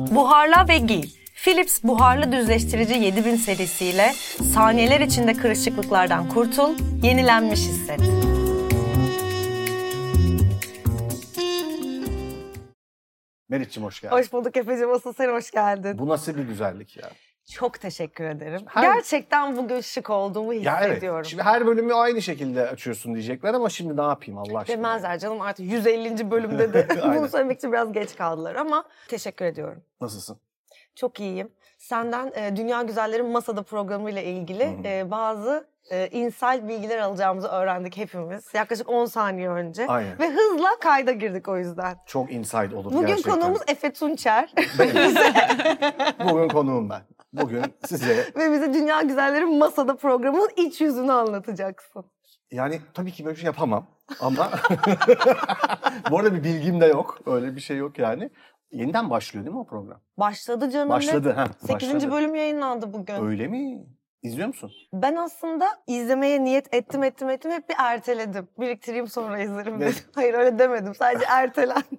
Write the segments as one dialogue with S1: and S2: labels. S1: Yıka ve giy. Philips buharlı düzleştirici 7000 serisiyle saniyeler içinde kırışıklıklardan kurtul, yenilenmiş hisset.
S2: Meriç'cim hoş geldin.
S1: Hoş bulduk Efe'cim. Asıl sen hoş geldin.
S2: Bu nasıl bir güzellik ya?
S1: Çok teşekkür ederim.
S2: Her-
S1: Gerçekten bugün şık olduğumu
S2: Ya
S1: hissediyorum.
S2: evet. Şimdi her bölümü aynı şekilde açıyorsun diyecekler ama şimdi ne yapayım Allah aşkına?
S1: Demezler canım artık 150. bölümde de
S2: Aynen.
S1: bunu söylemek için biraz geç kaldılar ama teşekkür ediyorum.
S2: Nasılsın?
S1: Çok iyiyim. Senden e, Dünya Güzellerin Masada programıyla ilgili
S2: Hı hı.
S1: e, bazı e, insel bilgiler alacağımızı öğrendik hepimiz. Yaklaşık 10 saniye önce.
S2: Aynen.
S1: Ve hızla kayda girdik o yüzden.
S2: Çok inside olur
S1: Bugün
S2: gerçekten.
S1: konuğumuz Efe Tunçer
S2: Benim. Bugün konuğum ben. Bugün size
S1: ve bize Dünya Güzellerin Masada programının iç yüzünü anlatacaksın.
S2: yani tabii ki böyle bir şey yapamam ama bu arada bir bilgim de yok. Öyle bir şey yok yani. Yeniden başlıyor değil mi o program?
S1: Başladı canım.
S2: Başladı. Ha,
S1: 8.
S2: başladı.
S1: bölüm yayınlandı bugün.
S2: Öyle mi? İzliyor musun?
S1: Ben aslında izlemeye niyet ettim ettim ettim hep bir erteledim. Biriktireyim sonra izlerim
S2: Ne?
S1: dedim. Hayır öyle demedim sadece ertelendi.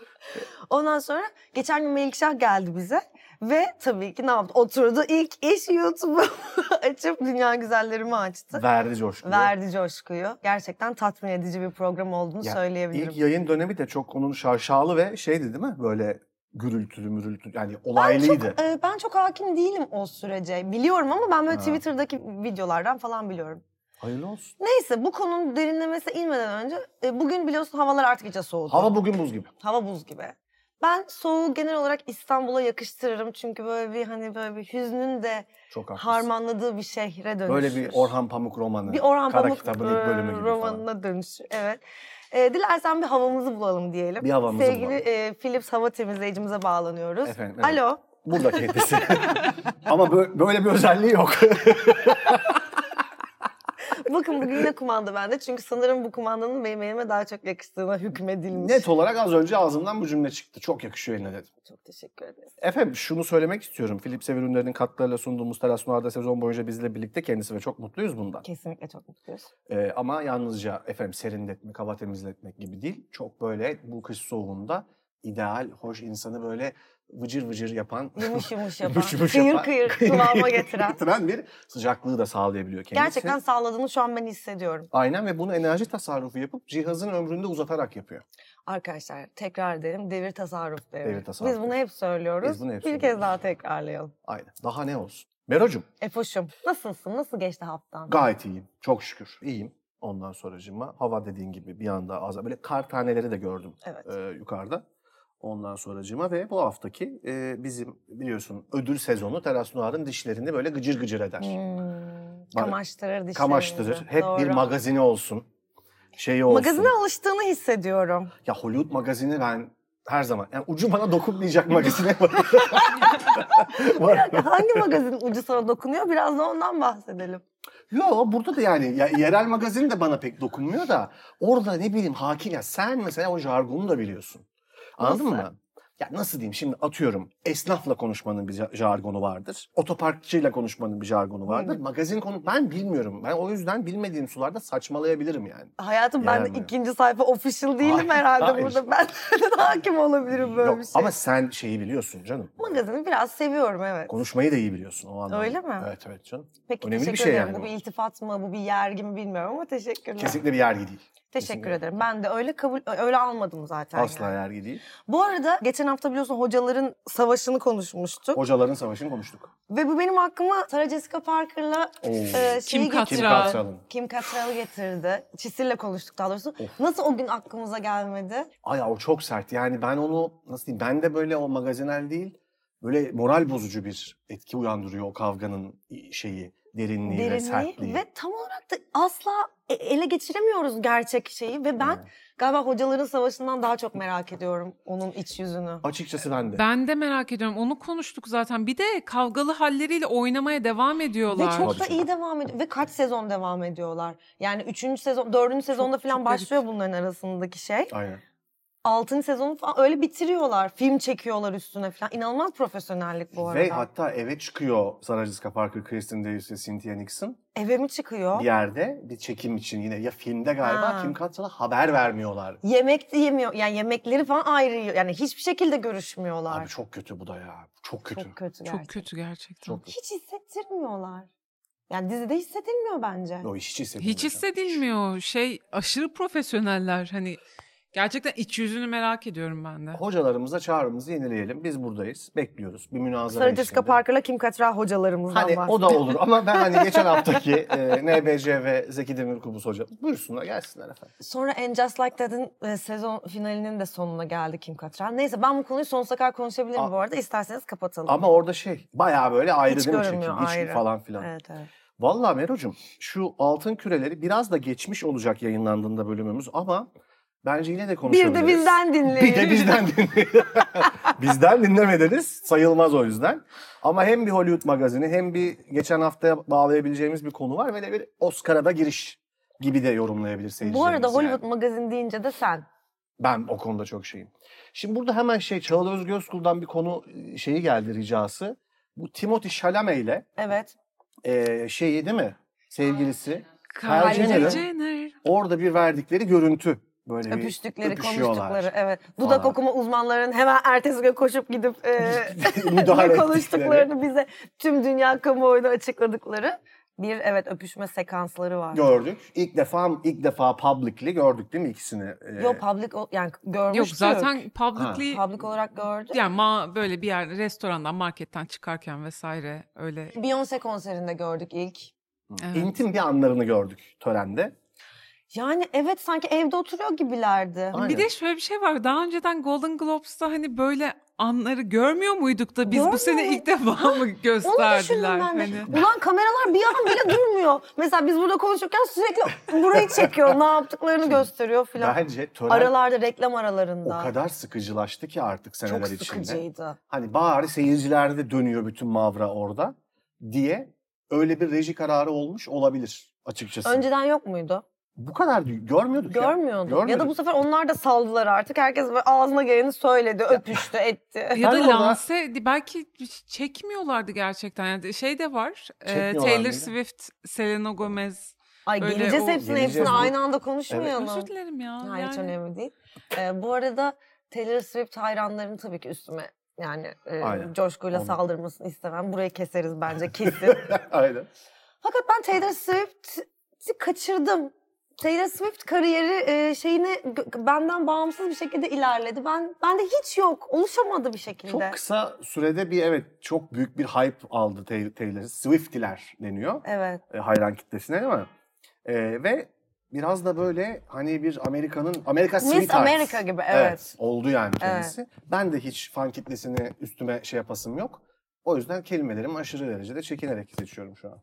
S1: Ondan sonra geçen gün Melikşah geldi bize ve tabii ki ne yaptı? Oturdu ilk iş YouTube'u açıp Dünya Güzellerimi açtı.
S2: Verdi coşkuyu.
S1: Verdi coşkuyu. Gerçekten tatmin edici bir program olduğunu
S2: Ya,
S1: söyleyebilirim.
S2: İlk yayın dönemi de çok onun şaşalı ve şeydi değil mi? Böyle gürültülü mürültülü yani
S1: Ben çok,
S2: olaylıydı.
S1: e, ben çok hakim değilim o sürece. Biliyorum ama ben böyle
S2: Ha.
S1: Twitter'daki videolardan falan biliyorum.
S2: Hayırlı olsun.
S1: Neyse bu konunun derinlemesine inmeden önce e, bugün biliyorsun havalar artık iyice soğudu.
S2: Hava bugün buz gibi.
S1: Hava buz gibi. Ben soğuğu genel olarak İstanbul'a yakıştırırım çünkü böyle bir hani böyle bir hüznün de
S2: Çok haklısın.
S1: harmanladığı bir şehre dönüşür.
S2: Böyle bir Orhan Pamuk romanı.
S1: bir Orhan
S2: Kara
S1: Pamuk
S2: kitabın ilk bölümü
S1: e,
S2: gibi falan.
S1: romanına dönüşür. Evet. E, dilersen bir havamızı bulalım diyelim.
S2: Bir havamızı
S1: Sevgili
S2: bulalım.
S1: e, Philips hava temizleyicimize bağlanıyoruz.
S2: Efendim, evet.
S1: Alo.
S2: Burada kendisi. Ama bö- böyle bir özelliği yok.
S1: Bakın bugün yine kumanda bende çünkü sanırım bu kumandanın benim elime daha çok yakıştığına hükmedilmiş.
S2: Net olarak az önce ağzımdan bu cümle çıktı. Çok yakışıyor eline dedim.
S1: Çok teşekkür ederim.
S2: Efendim şunu söylemek istiyorum. Philips Ev ürünlerinin katkılarıyla sunduğumuz Teras Nuar'da sezon boyunca bizle birlikte kendisi ve çok mutluyuz bundan.
S1: Kesinlikle çok mutluyuz.
S2: Ee, ama yalnızca efendim serinletmek, hava temizletmek gibi değil. Çok böyle bu kış soğuğunda ideal, hoş insanı böyle vıcır vıcır yapan,
S1: Yumuş yumuş yapan,
S2: Yumuş yumuş
S1: kıyır
S2: yapan,
S1: kıyır
S2: kıyır
S1: kıvama
S2: kıyır
S1: getiren.
S2: getiren bir sıcaklığı da sağlayabiliyor kendisi.
S1: Gerçekten sağladığını şu an ben hissediyorum.
S2: Aynen ve bunu enerji tasarrufu yapıp cihazın ömrünü de uzatarak yapıyor.
S1: Arkadaşlar tekrar edelim devir tasarruf devri.
S2: Devir tasarruf
S1: Biz bunu
S2: devri.
S1: hep söylüyoruz.
S2: Biz bunu hep
S1: bir kez
S2: söylüyoruz.
S1: daha tekrarlayalım.
S2: Aynen. Daha ne olsun? Merocum
S1: Efoş'um nasılsın? Nasıl geçti haftan?
S2: gayet iyiyim. Çok şükür. İyiyim. Ondan sonracığıma hava dediğin gibi bir anda az böyle kar taneleri de gördüm
S1: Evet.
S2: e, yukarıda. Ondan sonracığıma ve bu haftaki e, bizim biliyorsun ödül sezonu Teras Nuar'ın dişlerini böyle gıcır gıcır eder.
S1: Hmm,
S2: şey. Bana-
S1: kamaştırır dişlerimizi.
S2: Kamaştırır. Hep bir
S1: Doğru.
S2: magazini olsun. Şeyi olsun.
S1: Magazine alıştığını hissediyorum.
S2: Ya Hollywood magazini ben her zaman. Yani ucu bana dokunmayacak magazine var. var.
S1: Hangi magazinin ucu sana dokunuyor? Biraz da ondan bahsedelim.
S2: Yo burada da yani ya, yerel magazin de bana pek dokunmuyor da orada ne bileyim hakim ya sen mesela o jargonu da biliyorsun. Anladın
S1: Nasıl?
S2: mı? Ya nasıl diyeyim şimdi atıyorum esnafla konuşmanın bir ja- jargonu vardır. Otoparkçıyla konuşmanın bir jargonu vardır. Magazin konu ben bilmiyorum. Ben o yüzden bilmediğim sularda saçmalayabilirim yani.
S1: Hayatım ben de
S2: Gelmiyor.
S1: ikinci sayfa official değilim
S2: Hayır,
S1: herhalde
S2: hayır.
S1: burada. Ben nereden hakim olabilirim böyle
S2: Yok,
S1: bir şey.
S2: Ama sen şeyi biliyorsun canım.
S1: Magazini biraz seviyorum evet.
S2: Konuşmayı da iyi biliyorsun o anlamda.
S1: Öyle mi?
S2: Evet evet canım.
S1: Peki
S2: önemli bir
S1: teşekkür
S2: şey
S1: ederim.
S2: yani
S1: Bu
S2: bu.
S1: bir iltifat mı, bu bir yergi mi bilmiyorum ama teşekkürler.
S2: Kesinlikle bir yergi değil.
S1: teşekkür
S2: kesinlikle.
S1: ederim. Ben de öyle kabul öyle almadım zaten.
S2: Asla
S1: yani.
S2: yergi değil.
S1: Bu arada geçen hafta biliyorsun hocaların savaşını konuşmuştuk
S2: Hocaların savaşını konuştuk.
S1: ve bu benim aklıma Sarah Jessica Parker'la
S2: Oo.
S1: e, şeyi
S3: Kim
S1: getirdi.
S2: Hmm. Kim
S3: kat- Katral.
S2: Katral'ın.
S1: Kim Cattrall'ı getirdi. Çisil'le konuştuk daha doğrusu.
S2: Of.
S1: Nasıl o gün aklımıza gelmedi?
S2: Ay o çok sert. Yani ben onu nasıl diyeyim? Ben de böyle o magazinel değil. Böyle moral bozucu bir etki uyandırıyor o kavganın şeyi, derinliği, ve
S1: Derinliği
S2: sertliği.
S1: ve tam olarak da asla e- ele geçiremiyoruz gerçek şeyi ve ben
S2: Evet.
S1: galiba hocaların savaşından daha çok merak ediyorum onun iç yüzünü.
S2: Açıkçası ben de.
S3: Ben de merak ediyorum. Onu konuştuk zaten. Bir de kavgalı halleriyle oynamaya devam ediyorlar.
S1: Ve çok
S2: Tabii
S1: da
S2: canım.
S1: iyi devam ediyor. Ve kaç sezon devam ediyorlar? Yani üçüncü sezon, dördüncü sezonda
S3: çok
S1: falan
S3: garip.
S1: başlıyor bunların arasındaki şey.
S2: Aynen.
S1: 6. sezonu falan öyle bitiriyorlar. Film çekiyorlar üstüne falan. İnanılmaz profesyonellik bu arada.
S2: Ve hatta eve çıkıyor Sarah Jessica Parker, Kristen Davis ve Cynthia Nixon.
S1: Eve mi çıkıyor?
S2: Bir yerde bir çekim için yine ya filmde galiba
S1: Ha.
S2: Kim Kattrall'a haber vermiyorlar.
S1: Yemek de yemiyor. Yani yemekleri falan ayrı yiyor. Yani hiçbir şekilde görüşmüyorlar.
S2: Abi çok kötü bu da ya. Çok kötü.
S1: Çok kötü gerçekten.
S3: Çok kötü gerçekten.
S2: Çok kötü.
S1: Hiç hissettirmiyorlar. Yani dizide hissedilmiyor bence.
S2: O hiç hissedilmiyor.
S3: Hiç hissedilmiyor. Şey aşırı profesyoneller. Hani gerçekten iç yüzünü merak ediyorum ben de.
S2: Hocalarımıza çağrımızı yenileyelim. Biz buradayız. Bekliyoruz. Bir münazara
S1: Sarah Jessica
S2: eşliğinde.
S1: Parker'la Kim Cattrall hocalarımızdan
S2: Hani
S1: bahsediyor.
S2: o da olur ama ben hani geçen haftaki e, NBC ve Zeki Demirkubuz hoca buyursunlar gelsinler efendim.
S1: Sonra And Just Like That'ın e, sezon finalinin de sonuna geldi Kim Cattrall. Neyse ben bu konuyu sonsuza kadar konuşabilirim
S2: A-
S1: bu arada. İsterseniz kapatalım.
S2: Ama orada şey bayağı böyle ayrı
S1: Hiç
S2: değil mi çekim?
S1: görünmüyor,
S2: Hiç
S1: ayrı.
S2: falan filan.
S1: evet evet.
S2: Vallahi Mero'cum şu altın küreleri biraz da geçmiş olacak yayınlandığında bölümümüz ama bence yine de
S1: Bir
S2: konuşabiliriz.
S1: de bizden dinleyin.
S2: Bir de bizden dinleyin. bizden dinlemediniz sayılmaz o yüzden. Ama hem bir Hollywood magazini hem bir geçen haftaya bağlayabileceğimiz bir konu var ve de bir Oscar'a da giriş gibi de yorumlayabilir
S1: Bu
S2: seyircilerimiz.
S1: arada Hollywood
S2: yani.
S1: magazin deyince de sen.
S2: Ben o konuda çok şeyim. Şimdi burada hemen şey Çağla Özgözkul'dan bir konu e, şeyi geldi ricası. Bu Timothy Chalamet ile
S1: Evet.
S2: e, şeyi değil mi? Sevgilisi.
S3: Kylie
S2: Jenner.
S3: Jenner.
S2: Orada bir verdikleri görüntü. Böyle bir
S1: Öpüştükleri,
S2: Ee, öpüşüyorlar.
S1: konuştukları. Evet.
S2: falan.
S1: Dudak okuma uzmanlarının hemen ertesi gün koşup gidip e,
S2: Müdahale
S1: ne
S2: ettikleri.
S1: konuştuklarını bize tüm dünya kamuoyuna açıkladıkları bir evet öpüşme sekansları var.
S2: gördük. İlk defa ilk defa publicly gördük değil mi ikisini? E,
S1: Yok public o- yani görmüştük.
S3: Yok zaten publicly
S1: public olarak gördük.
S3: yani ma böyle bir yer restorandan marketten çıkarken vesaire öyle
S1: Beyoncé konserinde gördük ilk. Hmm,
S3: Evet.
S2: intim bir anlarını gördük törende.
S1: Yani evet sanki evde oturuyor gibilerdi.
S2: Aynen.
S3: Bir de şöyle bir şey var. Daha önceden Golden Globes'ta hani böyle anları görmüyor muyduk da biz
S1: Görmüyor
S3: bu sene ilk defa mı
S1: Onu düşündüm
S3: gösterdiler?
S1: ben de.
S3: Hani?
S1: Ulan kameralar bir an bile durmuyor. Mesela biz burada konuşurken sürekli burayı çekiyor, ne yaptıklarını gösteriyor filan.
S2: Bence tören
S1: Aralarda, reklam
S2: o
S1: aralarında.
S2: kadar sıkıcılaştı ki artık seneler
S1: Çok
S2: içinde.
S1: sıkıcıydı.
S2: Hani bari seyircilerde dönüyor bütün mavra orada diye öyle bir reji kararı olmuş olabilir açıkçası.
S1: Önceden yok muydu?
S2: Bu kadar dü- görmüyorduk ya.
S1: Görmüyorduk. Ya da
S2: görmedim.
S1: bu sefer onlar da saldılar artık. Herkes böyle ağzına geleni söyledi, öpüştü, etti.
S3: Ya
S2: Ben
S3: da
S2: ona-
S3: lanse belki çekmiyorlardı gerçekten. Yani şey de var. e,
S2: Çekmiyorlar
S3: Taylor
S2: mıydı?
S3: Swift, Selena Gomez.
S1: Ay
S3: Öyle
S1: geleceğiz
S3: o-
S1: hepsine,
S2: Geleceğiz.
S1: hepsine aynı anda konuşmayalım.
S3: Özür dilerim ya.
S1: Ha, Hiç
S3: yani.
S1: önemli değil. Ee, bu arada Taylor Swift hayranlarının tabii ki üstüme yani e,
S2: Aynen.
S1: coşkuyla
S2: Onu-
S1: saldırmasını istemem. Burayı keseriz bence kesin.
S2: Aynen.
S1: Fakat ben Taylor Swift'i kaçırdım. Taylor Swift kariyeri e, şeyini g- benden bağımsız bir şekilde ilerledi. Ben bende hiç yok. Oluşamadı bir şekilde.
S2: Çok kısa sürede bir evet çok büyük bir hype aldı Tay- Taylor. Swift'iler deniyor
S1: Evet.
S2: e, hayran kitlesine değil mi? E, ve biraz da böyle hani bir Amerika'nın Amerika
S1: Miss
S2: Sweetheart.
S1: America gibi, evet.
S2: Oldu yani kendisi. Ben de hiç fan kitlesini üstüme şey yapasım yok. O yüzden kelimelerimi aşırı derecede çekinerek seçiyorum şu an.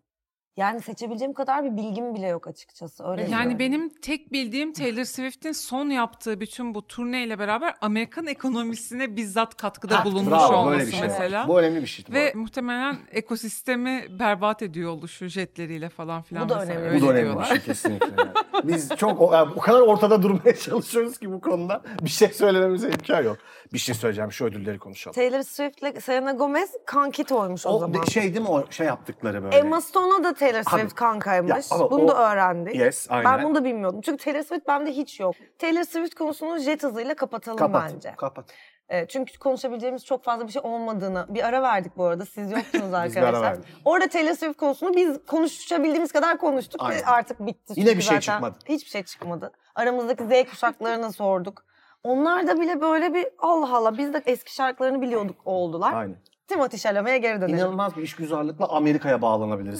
S1: Yani seçebileceğim kadar bir bilgim bile yok açıkçası. Öyle
S3: Yani
S1: diyorum.
S3: benim tek bildiğim Taylor Swift'in son yaptığı bütün bu turneyle beraber Amerikan ekonomisine bizzat katkıda
S2: Ha,
S3: bulunmuş
S2: Ah, bravo,
S3: olması
S2: böyle bir şey var.
S3: mesela.
S2: Bu önemli bir şey. bu
S3: Ve
S2: arada.
S3: muhtemelen ekosistemi berbat ediyor oluşu jetleriyle falan filan.
S1: Bu da
S3: mesela.
S1: önemli.
S2: bu da
S3: Öyle
S2: önemli bir
S3: diyorlar.
S2: şey kesinlikle. yani. Biz çok o, yani o kadar ortada durmaya çalışıyoruz ki bu konuda bir şey söylememize imkan yok. Bir şey söyleyeceğim şu ödülleri konuşalım.
S1: Taylor Swift'le Selena Gomez kankit olmuş o,
S2: O
S1: zaman.
S2: şey değil mi o şey yaptıkları böyle?
S1: Emma Stone'a da Taylor Swift kankaymış.
S2: Ya ama
S1: Bunu
S2: o-
S1: da öğrendik.
S2: Yes, aynen.
S1: Ben bunu da bilmiyordum. Çünkü Taylor Swift bende hiç yok. Taylor Swift konusunu jet hızıyla kapatalım
S2: kapat,
S1: bence.
S2: kapat.
S1: E, çünkü konuşabileceğimiz çok fazla bir şey olmadığını bir ara verdik bu arada. Siz yoktunuz
S2: Biz bir ara
S1: arkadaşlar.
S2: verdik.
S1: Orada Taylor Swift konusunu biz konuşabildiğimiz kadar konuştuk
S2: Aynen.
S1: ve artık bitti.
S2: Yine
S1: Çünkü
S2: bir şey
S1: zaten
S2: çıkmadı.
S1: Hiçbir şey çıkmadı. Aramızdaki Z kuşaklarına sorduk. Onlar da bile böyle bir Allah Allah biz de eski şarkılarını biliyorduk oldular.
S2: Aynen.
S1: Timothy Chalamet'e geri dönelim.
S2: İnanılmaz bir işgüzarlıkla Amerika'ya bağlanabiliriz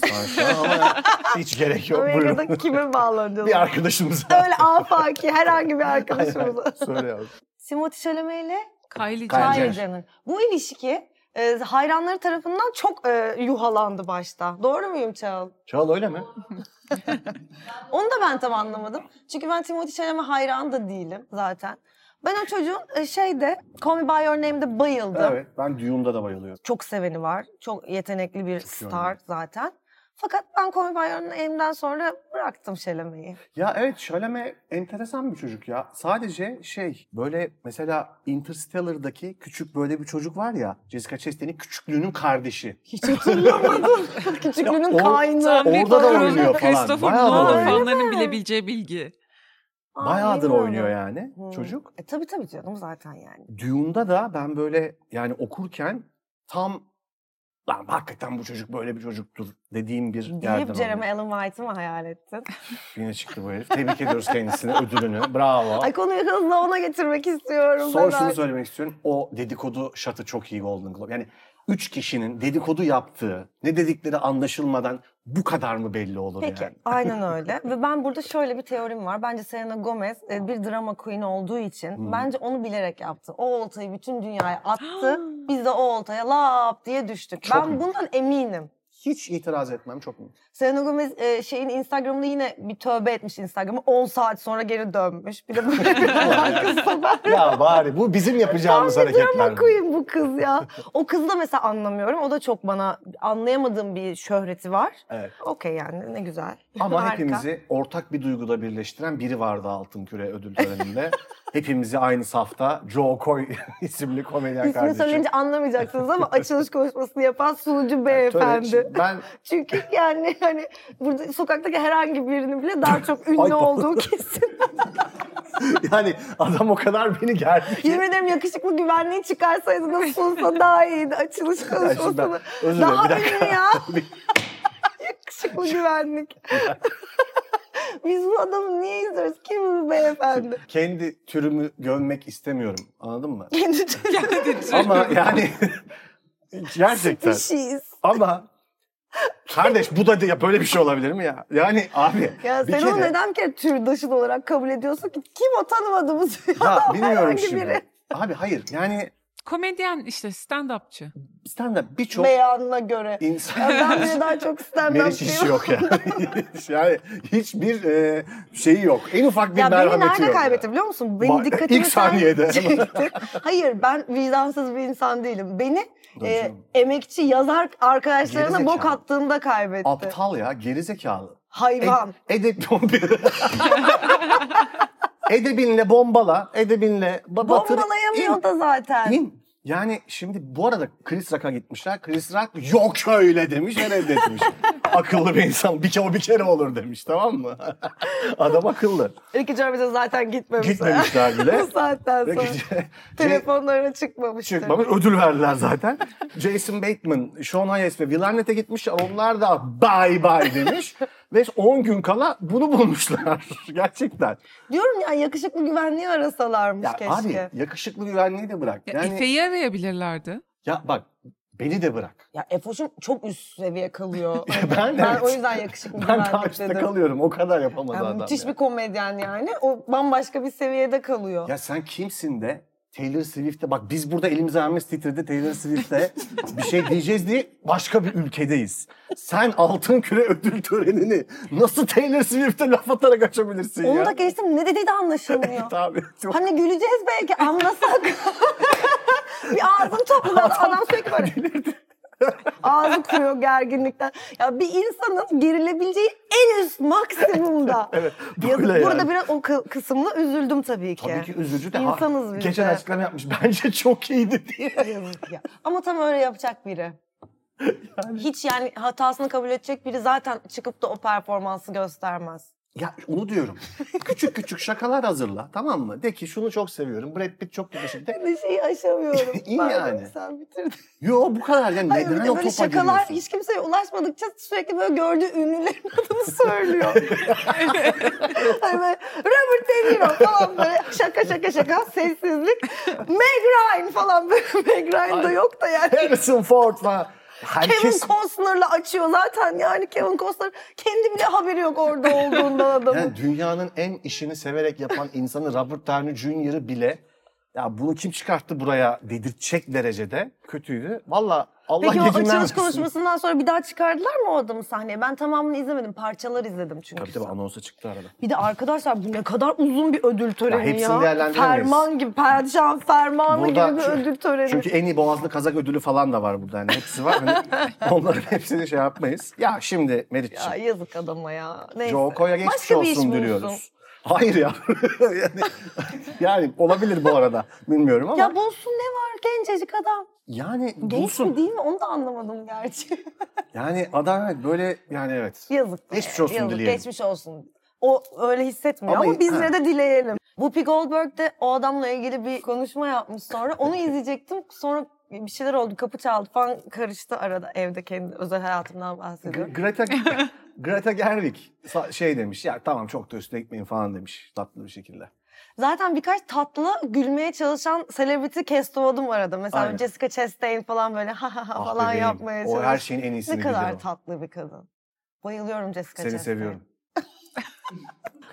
S2: sanki ama hiç gerek yok. Buyurun.
S1: Amerika'da kime bağlanacağız?
S2: Bir arkadaşımıza.
S1: Öyle afaki herhangi bir arkadaşımıza.
S2: Aynen, Söyle yavrum.
S1: Timothy Chalamet ile
S3: Kylie
S2: Kylie
S3: Jenner.
S1: Kylie Jenner. Bu ilişki e, hayranları tarafından çok e, yuhalandı başta. Doğru muyum Çağıl?
S2: Çağla öyle mi?
S1: Onu da ben tam anlamadım. Çünkü ben Timothy Chalamet hayranı da değilim zaten. Ben o çocuğun e, şeyde Call Me By Your Name'de bayıldım.
S2: Evet. Ben Dune'da da bayılıyorum.
S1: Çok seveni var. Çok yetenekli bir
S2: iyi
S1: star
S2: oynuyor.
S1: zaten. Fakat ben Kompanyonu'nun elimden sonra bıraktım şelemeyi.
S2: Ya evet Chalamet enteresan bir çocuk ya. Sadece şey böyle mesela Interstellar'daki küçük böyle bir çocuk var ya. Jessica Chastain'in küçüklüğünün kardeşi.
S1: Hiç hatırlamadım. Küçüklüğünün
S2: Ya o-
S1: kaynağı.
S2: Orada da oynuyor falan.
S3: Christopher
S2: Bayağı da
S3: Nolan
S2: oynuyor.
S3: fanlarının bilebileceği bilgi.
S1: Aa,
S2: Bayağıdır
S1: bilmiyorum.
S2: oynuyor yani
S1: Hmm.
S2: çocuk.
S1: E, tabii tabii canım zaten yani.
S2: Dune'da da ben böyle yani okurken tam lan hakikaten bu çocuk böyle bir çocuktur dediğim bir yerden
S1: Deyip
S2: oldu.
S1: Jeremy Allen White'ı mı hayal ettin?
S2: Yine çıktı bu herif. Tebrik ediyoruz kendisine ödülünü. Bravo.
S1: Ay konuyu hızla ona getirmek istiyorum.
S2: Son
S1: ben
S2: şunu
S1: artık.
S2: söylemek istiyorum. O dedikodu şatı çok iyi Golden Globe. Yani üç kişinin dedikodu yaptığı, ne dedikleri anlaşılmadan bu kadar mı belli olur
S1: Peki
S2: yani?
S1: aynen öyle ve ben burada şöyle bir teorim var. Bence Selena Gomez e, bir drama queen olduğu için
S2: Hmm.
S1: bence onu bilerek yaptı. O oltayı bütün dünyaya attı. Biz de o oltaya lap diye düştük.
S2: Çok
S1: ben
S2: iyi.
S1: bundan eminim.
S2: Hiç itiraz etmem çok mümkün.
S1: Selena Gomez e, şeyin Instagram'ını yine bir tövbe etmiş Instagram'a. 10 saat sonra geri dönmüş. Bir de böyle bir alakası var.
S2: ya bari bu bizim yapacağımız hareketler. mi?
S1: Koyun bu kız ya. O kızı da mesela anlamıyorum. O da çok bana anlayamadığım bir şöhreti var.
S2: Evet.
S1: Okey yani ne güzel.
S2: Ama
S1: Harika.
S2: hepimizi ortak bir duyguda birleştiren biri vardı Altın Küre ödül töreninde. Hepimizi aynı safta Joe Coy isimli komedyen
S1: İsmini
S2: kardeşim.
S1: söyleyince anlamayacaksınız ama açılış konuşmasını yapan sunucu beyefendi.
S2: Töre- Ben
S1: Çünkü yani hani burada sokaktaki herhangi birinin bile daha çok
S2: Ay,
S1: ünlü
S2: pardon.
S1: olduğu kesin.
S2: yani adam o kadar beni gerdi ki.
S1: Yemin ederim yakışıklı güvenliği çıkarsaydınız sunsa daha iyiydi açılış
S2: Ya şimdi ben-
S1: konuşmasını.
S2: özür dilerim bir
S1: Daha
S2: dakika.
S1: ünlü ya. yakışıklı güvenlik. Biz bu adamı niye izliyoruz? Kim bu beyefendi?
S2: Kendi türümü gömmek istemiyorum. Anladın mı?
S1: Kendi
S3: Yani
S2: Ama yani gerçekten.
S1: Spişiyiz.
S2: Ama kardeş bu da de- ya böyle bir şey olabilir mi ya? Yani abi
S1: Ya
S2: bir
S1: sen onu
S2: kere-
S1: neden bir kere türdaşın olarak kabul ediyorsun ki? Kim o tanımadığımız
S2: ya bilmiyorum
S1: herhangi
S2: şimdi.
S1: biri.
S2: Abi hayır yani
S3: komedyen işte stand-upçı.
S2: stand birçok
S1: beyanına göre. Ya
S2: insan
S1: ben bile daha çok
S2: Meriç işi
S1: stand-upçıyım.
S2: yok yani. yani hiçbir e, şeyi yok. En ufak bir
S1: Ya beni
S2: merhameti
S1: nerede
S2: yok.
S1: kaybetti biliyor musun? Benim
S2: Ba-
S1: dikkatimi
S2: ilk
S1: sen
S2: saniyede.
S1: çektin. Hayır ben vicdansız bir insan değilim. Beni
S2: Tabii
S1: e,
S2: canım.
S1: emekçi yazar arkadaşlarına
S2: Gerizekalı.
S1: bok attığımda kaybetti.
S2: Aptal ya gerizekalı.
S1: Hayvan.
S2: Edeb Edebinle bombala, edebinle ba- batır.
S1: Bombalayamıyor
S2: in.
S1: da zaten.
S2: İn. Yani şimdi bu arada Chris Rock'a gitmişler. Chris Rock yok öyle demiş, reddetmiş. akıllı bir insan. Bir kere o bir kere olur demiş tamam mı? Adam akıllı.
S1: Ricky Gervais'e zaten gitmemiş.
S2: Gitmemişler bile.
S1: Bu saatten sonra.
S2: Peki, Ce-
S1: Telefonlarına çıkmamıştır.
S2: Çıkmamış. Ödül verdiler zaten. Jason Bateman, Sean Hayes ve Will Arnett'e gitmişler. Onlar da bye bye demiş. ve 10 gün kala bunu bulmuşlar. Gerçekten.
S1: Diyorum ya yakışıklı güvenliği arasalarmış
S2: Ya
S1: keşke.
S2: abi yakışıklı güvenliği de bırak.
S3: Ya
S2: Yani
S3: Efe'yi arayabilirlerdi.
S2: ya bak beni de bırak.
S1: Ya Efoş'um çok üst seviye kalıyor.
S2: Ya
S1: Hani
S2: ben-
S1: ben, o yüzden yakışıklı
S2: Ben daha
S1: güvenlik
S2: üstte
S1: dedim.
S2: kalıyorum. O kadar yapamadı
S1: Yani
S2: adam.
S1: müthiş
S2: ya.
S1: bir komedyen yani. O bambaşka bir seviyede kalıyor.
S2: Ya sen kimsin de Taylor Swift'e bak biz burada elimiz ayağımız titredi Taylor Swift'e bir şey diyeceğiz diye başka bir ülkedeyiz. Sen altın küre ödül törenini nasıl Taylor Swift'e laf atarak açabilirsin
S1: Onu
S2: ya?
S1: da geçtim ne dediği de anlaşılmıyor.
S2: Tabii. Çok...
S1: hani güleceğiz belki anlasak. bir ağzım toplu adam, adam sürekli böyle ağzı kuruyor gerginlikten. Ya bir insanın gerilebileceği en üst maksimumda.
S2: Evet.
S1: Ya
S2: böyle yani.
S1: burada biraz o kı- kısımla üzüldüm tabii ki.
S2: Tabii ki üzücü de.
S1: İnsanız
S2: ha,
S1: biz
S2: Geçen
S1: de.
S2: açıklama yapmış. Bence çok iyiydi diye.
S1: Yazık ya. Ama tam öyle yapacak biri. Hiç yani hatasını kabul edecek biri zaten çıkıp da o performansı göstermez.
S2: Ya onu diyorum. küçük küçük şakalar hazırla tamam mı? De ki şunu çok seviyorum. Brad Pitt çok yakışıklı. De,
S1: Bir şeyi aşamıyorum.
S2: İyi
S1: Pardon,
S2: yani.
S1: Sen bitirdin.
S2: Yo bu kadar. Yani
S1: Hayır, bir
S2: neden
S1: de
S2: o
S1: böyle
S2: topa
S1: şakalar
S2: giriyorsun?
S1: hiç kimseye ulaşmadıkça sürekli böyle gördüğü ünlülerin adını söylüyor. hani böyle Robert De Niro falan böyle şaka şaka şaka sessizlik. Meg Ryan falan böyle Meg Ryan da yok da yani.
S2: Harrison Ford falan.
S1: Kevin
S2: Herkes
S1: Costner'la açıyor zaten yani Kevin Costner kendi bile haberi yok orada olduğundan adamın.
S2: Yani dünyanın en işini severek yapan insanı Robert Downey Jr.'ı bile ya bunu kim çıkarttı buraya dedirtecek derecede kötüydü. Valla Allah
S1: Peki o
S2: gecinden
S1: açılış
S2: versin.
S1: konuşmasından sonra bir daha çıkardılar mı o adamı sahneye? Ben tamamını izlemedim. Parçalar izledim çünkü.
S2: Tabii tabii anonsa çıktı arada.
S1: Bir de arkadaşlar bu ne kadar uzun bir ödül töreni ya.
S2: hepsini değerlendiremeyiz.
S1: Ferman gibi, padişahın fermanı
S2: Burada
S1: gibi bir
S2: çünkü-
S1: ödül töreni.
S2: Çünkü en iyi boğazlı kazak ödülü falan da var burada. Yani hepsi var. Hani onların hepsini şey yapmayız. Ya şimdi Meriç'ciğim.
S1: Ya yazık adama ya. Neyse.
S2: Joko'ya geçmiş
S1: Başka bir iş
S2: olsun
S1: bulsun.
S2: diliyoruz. Hayır ya. yani, yani olabilir bu arada. Bilmiyorum ama.
S1: Ya bulsun ne var gencecik adam.
S2: yani
S1: Genç mi
S2: bulsun.
S1: değil mi onu da anlamadım gerçi.
S2: Yani adam böyle yani evet.
S1: yazık. be,
S2: Geçmiş olsun
S1: yazık,
S2: dileyelim.
S1: Geçmiş olsun. O öyle hissetmiyor ama,
S2: Ama-
S1: biz
S2: ha.
S1: yine de dileyelim. Whoopi Goldberg de o adamla ilgili bir konuşma yapmış sonra. Onu izleyecektim. Sonra bir şeyler oldu. Kapı çaldı falan karıştı arada evde kendi özel hayatımdan bahsediyorum.
S2: Gre- Greta Greta Gerwig sa- şey demiş. Ya tamam çok da üstüne gitmeyin falan demiş tatlı bir şekilde.
S1: Zaten birkaç tatlı gülmeye çalışan celebrity castovadım arada. Mesela
S2: Aynen.
S1: Jessica Chastain falan böyle ha ha ha
S2: Ah
S1: falan
S2: bebeğim,
S1: yapmaya
S2: O
S1: çalışıyor.
S2: her şeyin en iyisini
S1: Ne
S2: bilir
S1: kadar
S2: o.
S1: tatlı bir kadın. Bayılıyorum Jessica
S2: Seni
S1: Chastain.
S2: seviyorum.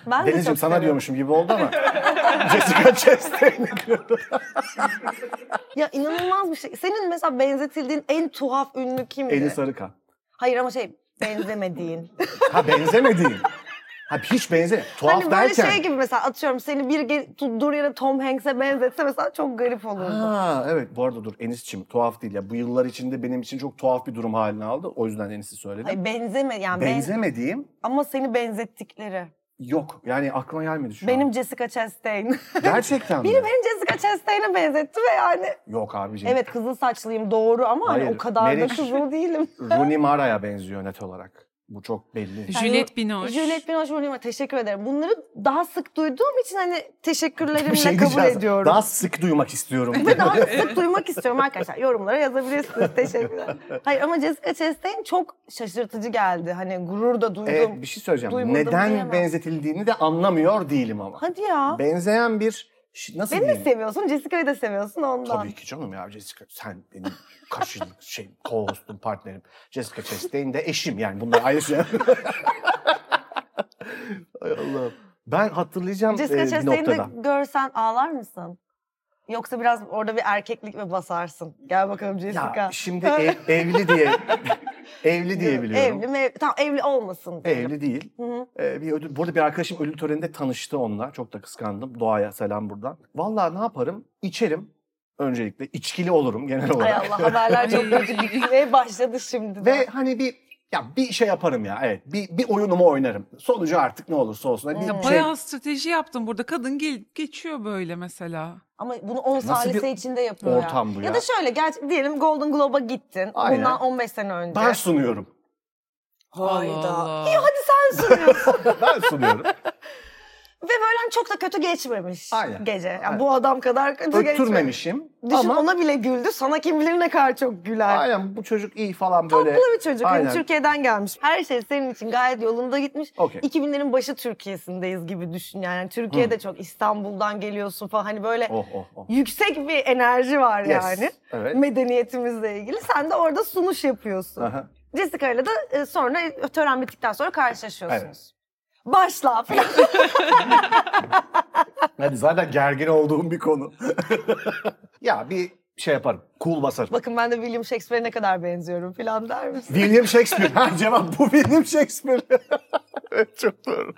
S1: Ben de çok
S2: Denizciğim sana
S1: seviyorum.
S2: diyormuşum gibi oldu ama. Jessica Chastain'i diyorum.
S1: Ya inanılmaz bir şey. Senin mesela benzetildiğin en tuhaf ünlü kimdi?
S2: Eli Sarıkan.
S1: Hayır ama şey benzemediğin.
S2: Ha benzemediğin. Ha hiç benze. Tuhaf
S1: hani böyle
S2: derken.
S1: şey gibi mesela atıyorum seni bir ge- dur yere Tom Hanks'e benzetse mesela çok garip olurdu.
S2: Ha evet bu arada dur Enis'çim tuhaf değil ya. Bu yıllar içinde benim için çok tuhaf bir durum haline aldı. O yüzden Enis'i söyledim.
S1: Hayır benzeme yani ben-
S2: Benzemediğim
S1: ama seni benzettikleri.
S2: yok. Yani aklıma gelmedi şu
S1: Benim
S2: an.
S1: Jessica Chastain.
S2: Gerçekten mi?
S1: Biri beni Jessica Chastain'e benzetti ve yani
S2: Yok abiciğim.
S1: evet kızıl saçlıyım doğru ama hani
S2: Hayır,
S1: o kadar da
S2: Meriç-
S1: kızıl değilim.
S2: Rooney Mara'ya benziyor net olarak. Bu çok belli.
S3: Juliette Binoche.
S1: Juliette Binoche Rooney Mara, teşekkür ederim. Bunları daha sık duyduğum için hani teşekkürlerimle
S2: Bir şey
S1: kabul
S2: diyeceğiz.
S1: ediyorum.
S2: Daha sık duymak istiyorum. Ee,
S1: Ve daha sık duymak istiyorum arkadaşlar. Yorumlara yazabilirsiniz. Teşekkürler. Hayır ama Jessica Chastain çok şaşırtıcı geldi. Hani gurur da duydum.
S2: evet bir şey söyleyeceğim.
S1: Duymadım
S2: Neden
S1: diyemem.
S2: benzetildiğini de anlamıyor değilim ama.
S1: Hadi ya.
S2: Benzeyen bir şi- nasıl
S1: Beni de
S2: diyeyim?
S1: seviyorsun. Jessica'yı da seviyorsun ondan.
S2: Tabii ki canım ya Jessica sen benim kaç yıllık şey co-hostum partnerim. Jessica Chastain de eşim yani bunlar ayrı şey. Ay Allah'ım. Ben hatırlayacağım
S1: Jessica
S2: e, bir
S1: Chastain'i
S2: noktada.
S1: de görsen ağlar mısın? Yoksa biraz orada bir erkeklik mi basarsın? Gel bakalım Jessica.
S2: Ya şimdi ev- evli diye evli diye biliyorum.
S1: Evli, mev- tamam evli olmasın. diyelim.
S2: Evli değil.
S1: Hı hı.
S2: Ee, bir ödül, bu arada bir arkadaşım ödül töreninde tanıştı onunla. Çok da kıskandım. Doğaya selam buradan. Vallahi ne yaparım? İçerim. Öncelikle içkili olurum genel
S1: Ay
S2: olarak.
S1: Allah haberler çok
S3: Ay.
S1: kötü gitmeye başladı şimdi.
S2: Ve hani bir ya bir şey yaparım ya. Evet. Bir, bir oyunumu oynarım. Sonucu artık ne olursa olsun. Hani bir şey,
S3: Bayağı strateji yaptım burada. Kadın gel- geçiyor böyle mesela.
S1: Ama bunu 10
S2: Nasıl
S1: salise
S2: bir
S1: içinde yapıyor
S2: ortam
S1: ya.
S2: bu
S1: Ya
S2: ya?
S1: da şöyle gerçi diyelim Golden Globe'a gittin.
S2: Aynen.
S1: Bundan 15 sene önce.
S2: ben sunuyorum.
S1: Hayda.
S3: Allah Allah.
S1: İyi hadi sen sunuyorsun.
S2: ben sunuyorum.
S1: Ve böyle hani çok da kötü geçmemiş
S2: Aynen.
S1: gece. Yani
S2: Aynen.
S1: bu adam kadar kötü geçmemiş.
S2: Öttürmemişim.
S1: Düşün
S2: ama
S1: ona bile güldü. Sana kim bilir ne kadar çok güler.
S2: aynen bu çocuk iyi falan böyle.
S1: Tatlı bir çocuk. Hani
S2: Aynen.
S1: Türkiye'den gelmiş. Her şey senin için gayet yolunda gitmiş.
S2: Okey.
S1: 2000'lerin başı Türkiye'sindeyiz gibi düşün yani. Hani Türkiye'de çok İstanbul'dan geliyorsun falan. Hani böyle
S2: Oh oh oh.
S1: yüksek bir enerji var
S2: Yes.
S1: yani.
S2: Evet.
S1: medeniyetimizle ilgili. Sen de orada sunuş yapıyorsun.
S2: Aha.
S1: Jessica ile de e, sonra e, tören bittikten sonra karşılaşıyorsunuz. Başla falan.
S2: Yani zaten gergin olduğum bir konu. ya bir şey yaparım. Cool basarım.
S1: Bakın ben de William Shakespeare'e ne kadar benziyorum falan der misin?
S2: William Shakespeare. Ha cevap bu William Shakespeare. Evet, Çok doğru.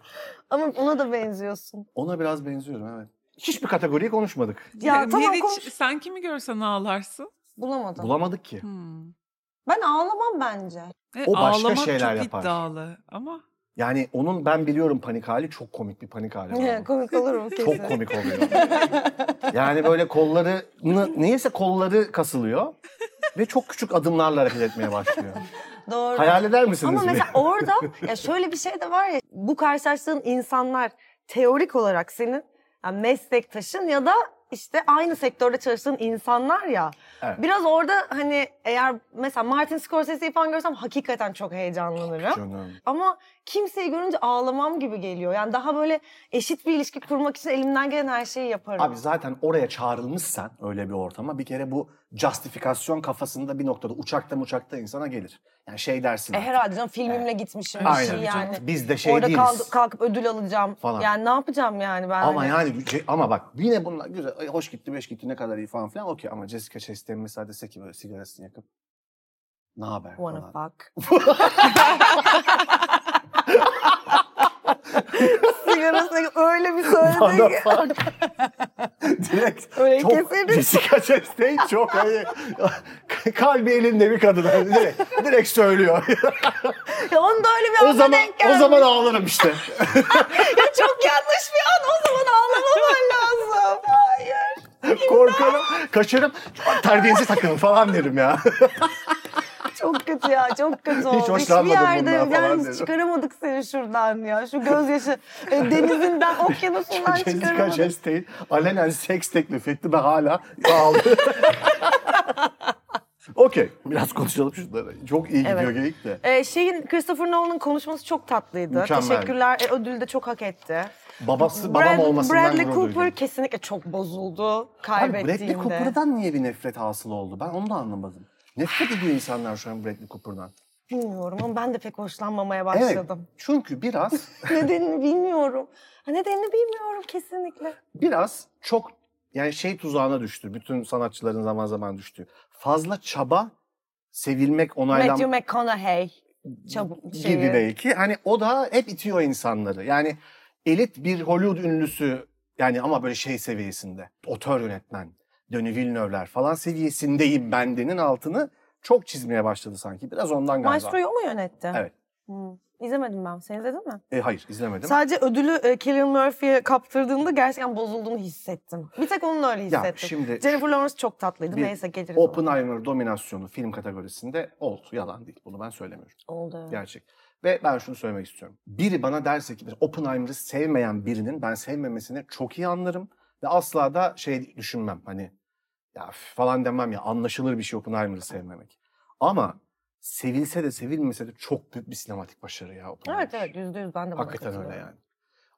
S1: Ama ona da benziyorsun.
S2: Ona biraz benziyorum evet. Hiçbir kategoriyi konuşmadık.
S1: Ya tamam
S3: Meriç,
S1: konuş.
S3: sen kimi görsen ağlarsın.
S1: Bulamadım.
S2: Bulamadık ki.
S3: Hmm.
S1: ben ağlamam bence.
S3: E,
S2: O başka
S3: ağlamak
S2: şeyler
S3: çok
S2: yapar.
S3: iddialı ama
S2: Yani onun ben biliyorum panik hali çok komik bir panik hali. var onun.
S1: Komik olur mu kesin?
S2: çok komik oluyor. Yani böyle kolları niyeyse kolları kasılıyor ve çok küçük adımlarla hareket etmeye başlıyor.
S1: Doğru.
S2: Hayal eder misiniz?
S1: Ama
S2: bir?
S1: mesela orada ya şöyle bir şey de var ya bu karşılaştığın insanlar teorik olarak senin yani meslektaşın ya da işte aynı sektörde çalıştığın insanlar ya.
S2: Evet.
S1: Biraz orada hani eğer mesela Martin Scorsese'yi falan görsem hakikaten çok heyecanlanırım.
S2: Canım.
S1: Ama kimseyi görünce ağlamam gibi geliyor. Yani daha böyle eşit bir ilişki kurmak için elimden gelen her şeyi yaparım. E,
S2: Abi zaten oraya çağrılmışsan öyle bir ortama bir kere bu justifikasyon kafasında bir noktada uçakta uçakta insana gelir. Yani şey dersin.
S1: e
S2: artık,
S1: herhalde canım filmimle gitmişim bir
S2: Aynen.
S1: şey yani.
S2: Biz de şey
S1: Orada
S2: değiliz.
S1: kalk- kalkıp ödül alacağım.
S2: Falan.
S1: Yani ne yapacağım yani ben?
S2: Ama
S1: hani-
S2: yani şey- ama bak yine bunlar güzel ay hoş gitti beş gitti ne kadar iyi falan filan okey ama Jessica Chastain mesela dese ki böyle sigarasını yakıp Ne haber?
S1: Wanna
S2: falan.
S1: fuck. Sigarasını öyle bir söyledi
S2: Wanna
S1: ki.
S2: fuck. Direkt
S1: Öyle
S2: çok
S1: keseriz.
S2: Jessica Chastain çok hani kalbi elinde bir kadın. Hani direkt, direkt söylüyor.
S1: Ya onu da öyle bir anda
S2: o zaman
S1: denk geldi.
S2: o zaman ağlarım işte.
S1: Ya çok yanlış bir an. O zaman ağlamaman lazım. Hayır.
S2: Korkarım, kaçarım, terbiyenize takılın falan derim ya.
S1: Çok kötü ya. Çok kötü oldu.
S2: hoşlanmadım
S1: Hiçbir yerde
S2: bundan falan
S1: yani
S2: dedim.
S1: çıkaramadık seni şuradan ya. Şu gözyaşı e, denizinden, okyanusundan
S2: Jessica
S1: çıkaramadık.
S2: Chastain alenen seks teklif etti ben hala ağlıyorum. Okey. Biraz konuşalım şunları. Çok iyi gidiyor
S1: Evet.
S2: geyik de.
S1: Ee, şeyin Christopher Nolan'ın konuşması çok tatlıydı.
S2: Mükemmel.
S1: Teşekkürler. E, ödülü de çok hak etti.
S2: Babası babam
S1: Brad-
S2: olmasından
S1: Bradley
S2: gurur
S1: Cooper
S2: duydum.
S1: kesinlikle çok bozuldu
S2: Abi
S1: kaybettiğinde.
S2: Bradley Cooper'dan niye bir nefret hasıl oldu? Ben onu da anlamadım. Nefret ediyor insanlar şu an Bradley Cooper'dan.
S1: Bilmiyorum ama ben de pek hoşlanmamaya başladım.
S2: Evet. Çünkü biraz
S1: Nedenini bilmiyorum. Ha, nedenini bilmiyorum kesinlikle.
S2: biraz çok yani şey tuzağına düştü. Bütün sanatçıların zaman zaman düştüğü. Fazla çaba sevilmek, onaylanmak
S1: Matthew McConaughey. Çabuk şeyi.
S2: gibi belki. Hani o da hep itiyor insanları. Yani elit bir Hollywood ünlüsü yani ama böyle şey seviyesinde. Otör yönetmen, Denis Villeneuve'ler falan seviyesindeyim bendenin altını çok çizmeye başladı sanki. Biraz ondan galiba.
S1: Maestro'yu o mu yönetti?
S2: Evet.
S1: Hmm. İzlemedim ben. Sen izledin mi?
S2: E, hayır izlemedim.
S1: Sadece ödülü e, Cillian Murphy'ye kaptırdığında gerçekten bozulduğunu hissettim. Bir tek onun öyle hissettim.
S2: ya şimdi
S1: Jennifer Lawrence çok tatlıydı.
S2: Bir
S1: Neyse geliriz. ona.
S2: Oppenheimer dominasyonu film kategorisinde oldu. Yalan değil. Bunu ben söylemiyorum.
S1: Oldu. evet.
S2: Gerçek. Ve ben şunu söylemek istiyorum. Biri bana derse ki Oppenheimer'ı sevmeyen birinin ben sevmemesini çok iyi anlarım. Ve asla da şey düşünmem hani ya üf falan demem ya anlaşılır bir şey Oppenheimer'ı sevmemek. Ama sevilse de sevilmese de çok büyük bir sinematik başarı ya Oppenheimer.
S1: Evet evet yüzde yüz ben de buna
S2: Hakikaten
S1: katılıyorum.
S2: öyle yani.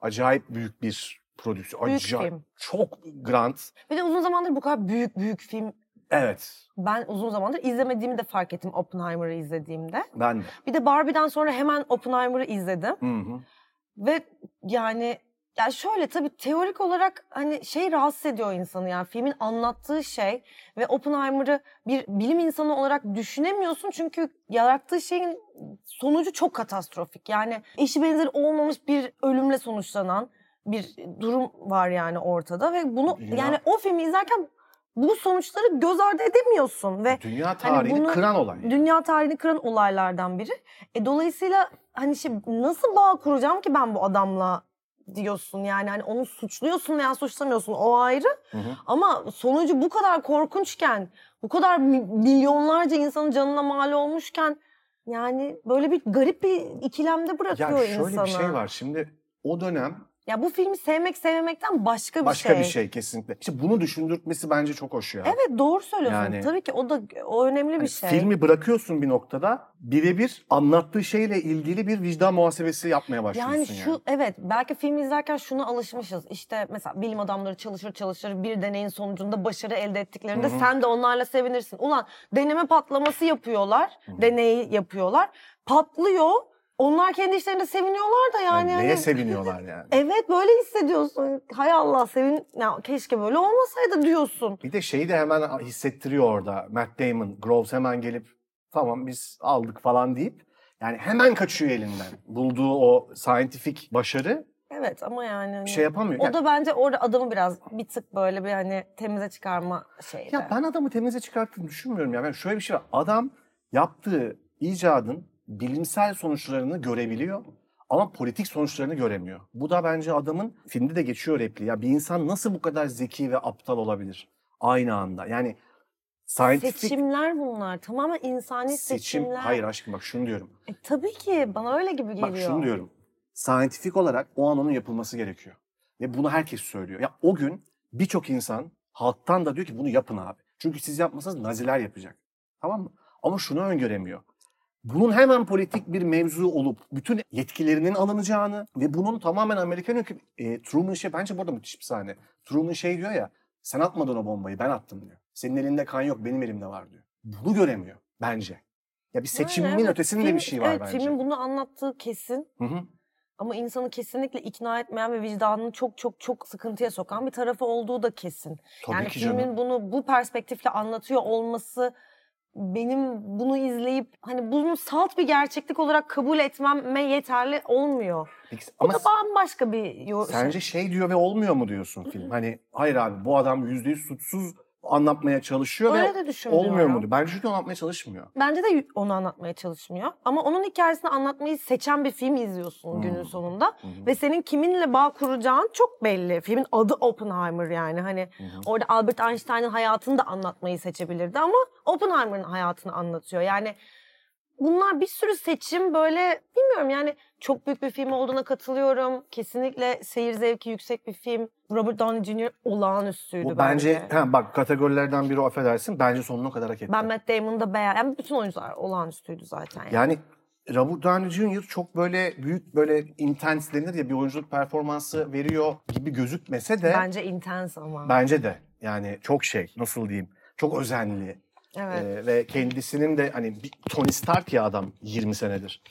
S2: Acayip büyük bir prodüksiyon.
S1: Büyük
S2: Acayip.
S1: film.
S2: Çok grand.
S1: Bir de uzun zamandır bu kadar büyük büyük film
S2: Evet.
S1: ben uzun zamandır izlemediğimi de fark ettim Oppenheimer'ı izlediğimde.
S2: Ben de.
S1: Bir de Barbie'den sonra hemen Oppenheimer'ı izledim.
S2: Hı hı.
S1: Ve yani yani şöyle tabii teorik olarak hani şey rahatsız ediyor insanı yani filmin anlattığı şey ve Oppenheimer'ı bir bilim insanı olarak düşünemiyorsun çünkü yarattığı şeyin sonucu çok katastrofik. Yani eşi benzeri olmamış bir ölümle sonuçlanan bir durum var yani ortada ve bunu
S2: Ya.
S1: yani o filmi izlerken bu sonuçları göz ardı edemiyorsun ve hani
S2: Dünya tarihini
S1: bunu-
S2: kıran olay.
S1: dünya tarihini kıran olaylardan biri. E, dolayısıyla hani şey, nasıl bağ kuracağım ki ben bu adamla diyorsun yani hani onu suçluyorsun veya suçlamıyorsun o ayrı
S2: Hı hı.
S1: ama sonucu bu kadar korkunçken bu kadar mi- milyonlarca insanın canına mal olmuşken yani böyle bir garip bir ikilemde bırakıyor
S2: Ya şöyle
S1: insanı.
S2: bir şey var. Şimdi o dönem
S1: Ya bu filmi sevmek sevmemekten başka bir
S2: Başka
S1: şey.
S2: bir şey kesinlikle. İşte bunu düşündürtmesi bence çok hoş ya.
S1: Evet doğru söylüyorsun.
S2: Yani-
S1: Tabii ki o da o önemli bir
S2: Hani
S1: şey.
S2: Filmi bırakıyorsun bir noktada birebir anlattığı şeyle ilgili bir vicdan muhasebesi yapmaya başlıyorsun yani.
S1: Yani şu evet belki film izlerken şuna alışmışız. İşte mesela bilim adamları çalışır çalışır bir deneyin sonucunda başarı elde ettiklerinde
S2: Hı hı.
S1: sen de onlarla sevinirsin. Ulan deneme patlaması yapıyorlar,
S2: Hı hı.
S1: deneyi yapıyorlar. Patlıyor. Onlar kendi işlerinde seviniyorlar da yani.
S2: Yani
S1: hani-
S2: neye seviniyorlar yani.
S1: Evet böyle hissediyorsun. Hay Allah sevin. Ya, keşke böyle olmasaydı diyorsun.
S2: Bir de şeyi de hemen hissettiriyor orada. Matt Damon, Groves hemen gelip tamam biz aldık falan deyip yani hemen kaçıyor elinden. Bulduğu o scientific başarı
S1: Evet ama yani. hani-
S2: şey yapamıyor.
S1: o da bence orada adamı biraz bir tık böyle bir hani temize çıkarma şeyi.
S2: Ya ben adamı temize çıkarttığını düşünmüyorum ya. Ben şöyle bir şey var. Adam yaptığı icadın bilimsel sonuçlarını görebiliyor ama politik sonuçlarını göremiyor. Bu da bence adamın filmde de geçiyor repliği. Ya bir insan nasıl bu kadar zeki ve aptal olabilir aynı anda? Yani scientific
S1: Seçimler bunlar. Tamamen insani
S2: seçim
S1: seçimler.
S2: hayır aşkım bak şunu diyorum.
S1: E, tabii ki bana öyle gibi geliyor.
S2: Bak şunu diyorum. Scientific olarak o an onun yapılması gerekiyor. Ve bunu herkes söylüyor. Ya o gün birçok insan halktan da diyor ki bunu yapın abi. Çünkü siz yapmasanız Naziler yapacak. Tamam mı? Ama şunu öngöremiyor. Bunun hemen politik bir mevzu olup bütün yetkilerinin alınacağını ve bunun tamamen Amerikan hüküm... E, Truman şey bence burada müthiş bir sahne. Truman şey diyor ya sen atmadın o bombayı ben attım diyor. Senin elinde kan yok benim elimde var diyor. Bunu göremiyor bence. Ya bir
S1: Yani
S2: seçimin
S1: evet,
S2: ötesinde
S1: film-
S2: bir şey var
S1: evet,
S2: bence.
S1: Filmin bunu anlattığı kesin.
S2: Hı hı.
S1: Ama insanı kesinlikle ikna etmeyen ve vicdanını çok çok çok sıkıntıya sokan bir tarafı olduğu da kesin.
S2: Tabii
S1: yani
S2: ki
S1: filmin
S2: canım.
S1: bunu bu perspektifle anlatıyor olması benim bunu izleyip hani bunu salt bir gerçeklik olarak kabul etmeme yeterli olmuyor.
S2: Peki,
S1: Bu
S2: ama
S1: da bambaşka bir yo-
S2: sence şey diyor ve olmuyor mu diyorsun film? Hani hayır abi bu adam yüzde yüz suçsuz anlatmaya çalışıyor
S1: öyle de
S2: ve
S1: şey düşünmüyorum.
S2: olmuyor mu diyor. Bence çünkü anlatmaya çalışmıyor.
S1: Bence de y- onu anlatmaya çalışmıyor. Ama onun hikayesini anlatmayı seçen bir film izliyorsun
S2: Hmm.
S1: günün sonunda.
S2: Hı hı,
S1: Ve senin kiminle bağ kuracağın çok belli. Filmin adı Oppenheimer yani. Hani
S2: hı hı.
S1: orada Albert Einstein'ın hayatını da anlatmayı seçebilirdi ama Oppenheimer'ın hayatını anlatıyor. Yani bunlar bir sürü seçim böyle bilmiyorum yani çok büyük bir film olduğuna katılıyorum. Kesinlikle seyir zevki yüksek bir film. Robert Downey Jr. olağanüstüydü
S2: Bu
S1: bence.
S2: bence ha, bak kategorilerden biri o affedersin. Bence sonuna kadar hak etti.
S1: Ben Matt Damon'u da beğendim. Yani bütün oyuncular olağanüstüydü zaten. Yani.
S2: Yani Robert Downey Jr. çok böyle büyük böyle intense denir ya bir oyunculuk performansı veriyor gibi gözükmese de
S1: Bence intense ama.
S2: bence de yani çok şey nasıl diyeyim çok özenli
S1: evet.
S2: Ee, ve kendisinin de hani bir Tony Stark ya adam 20 senedir.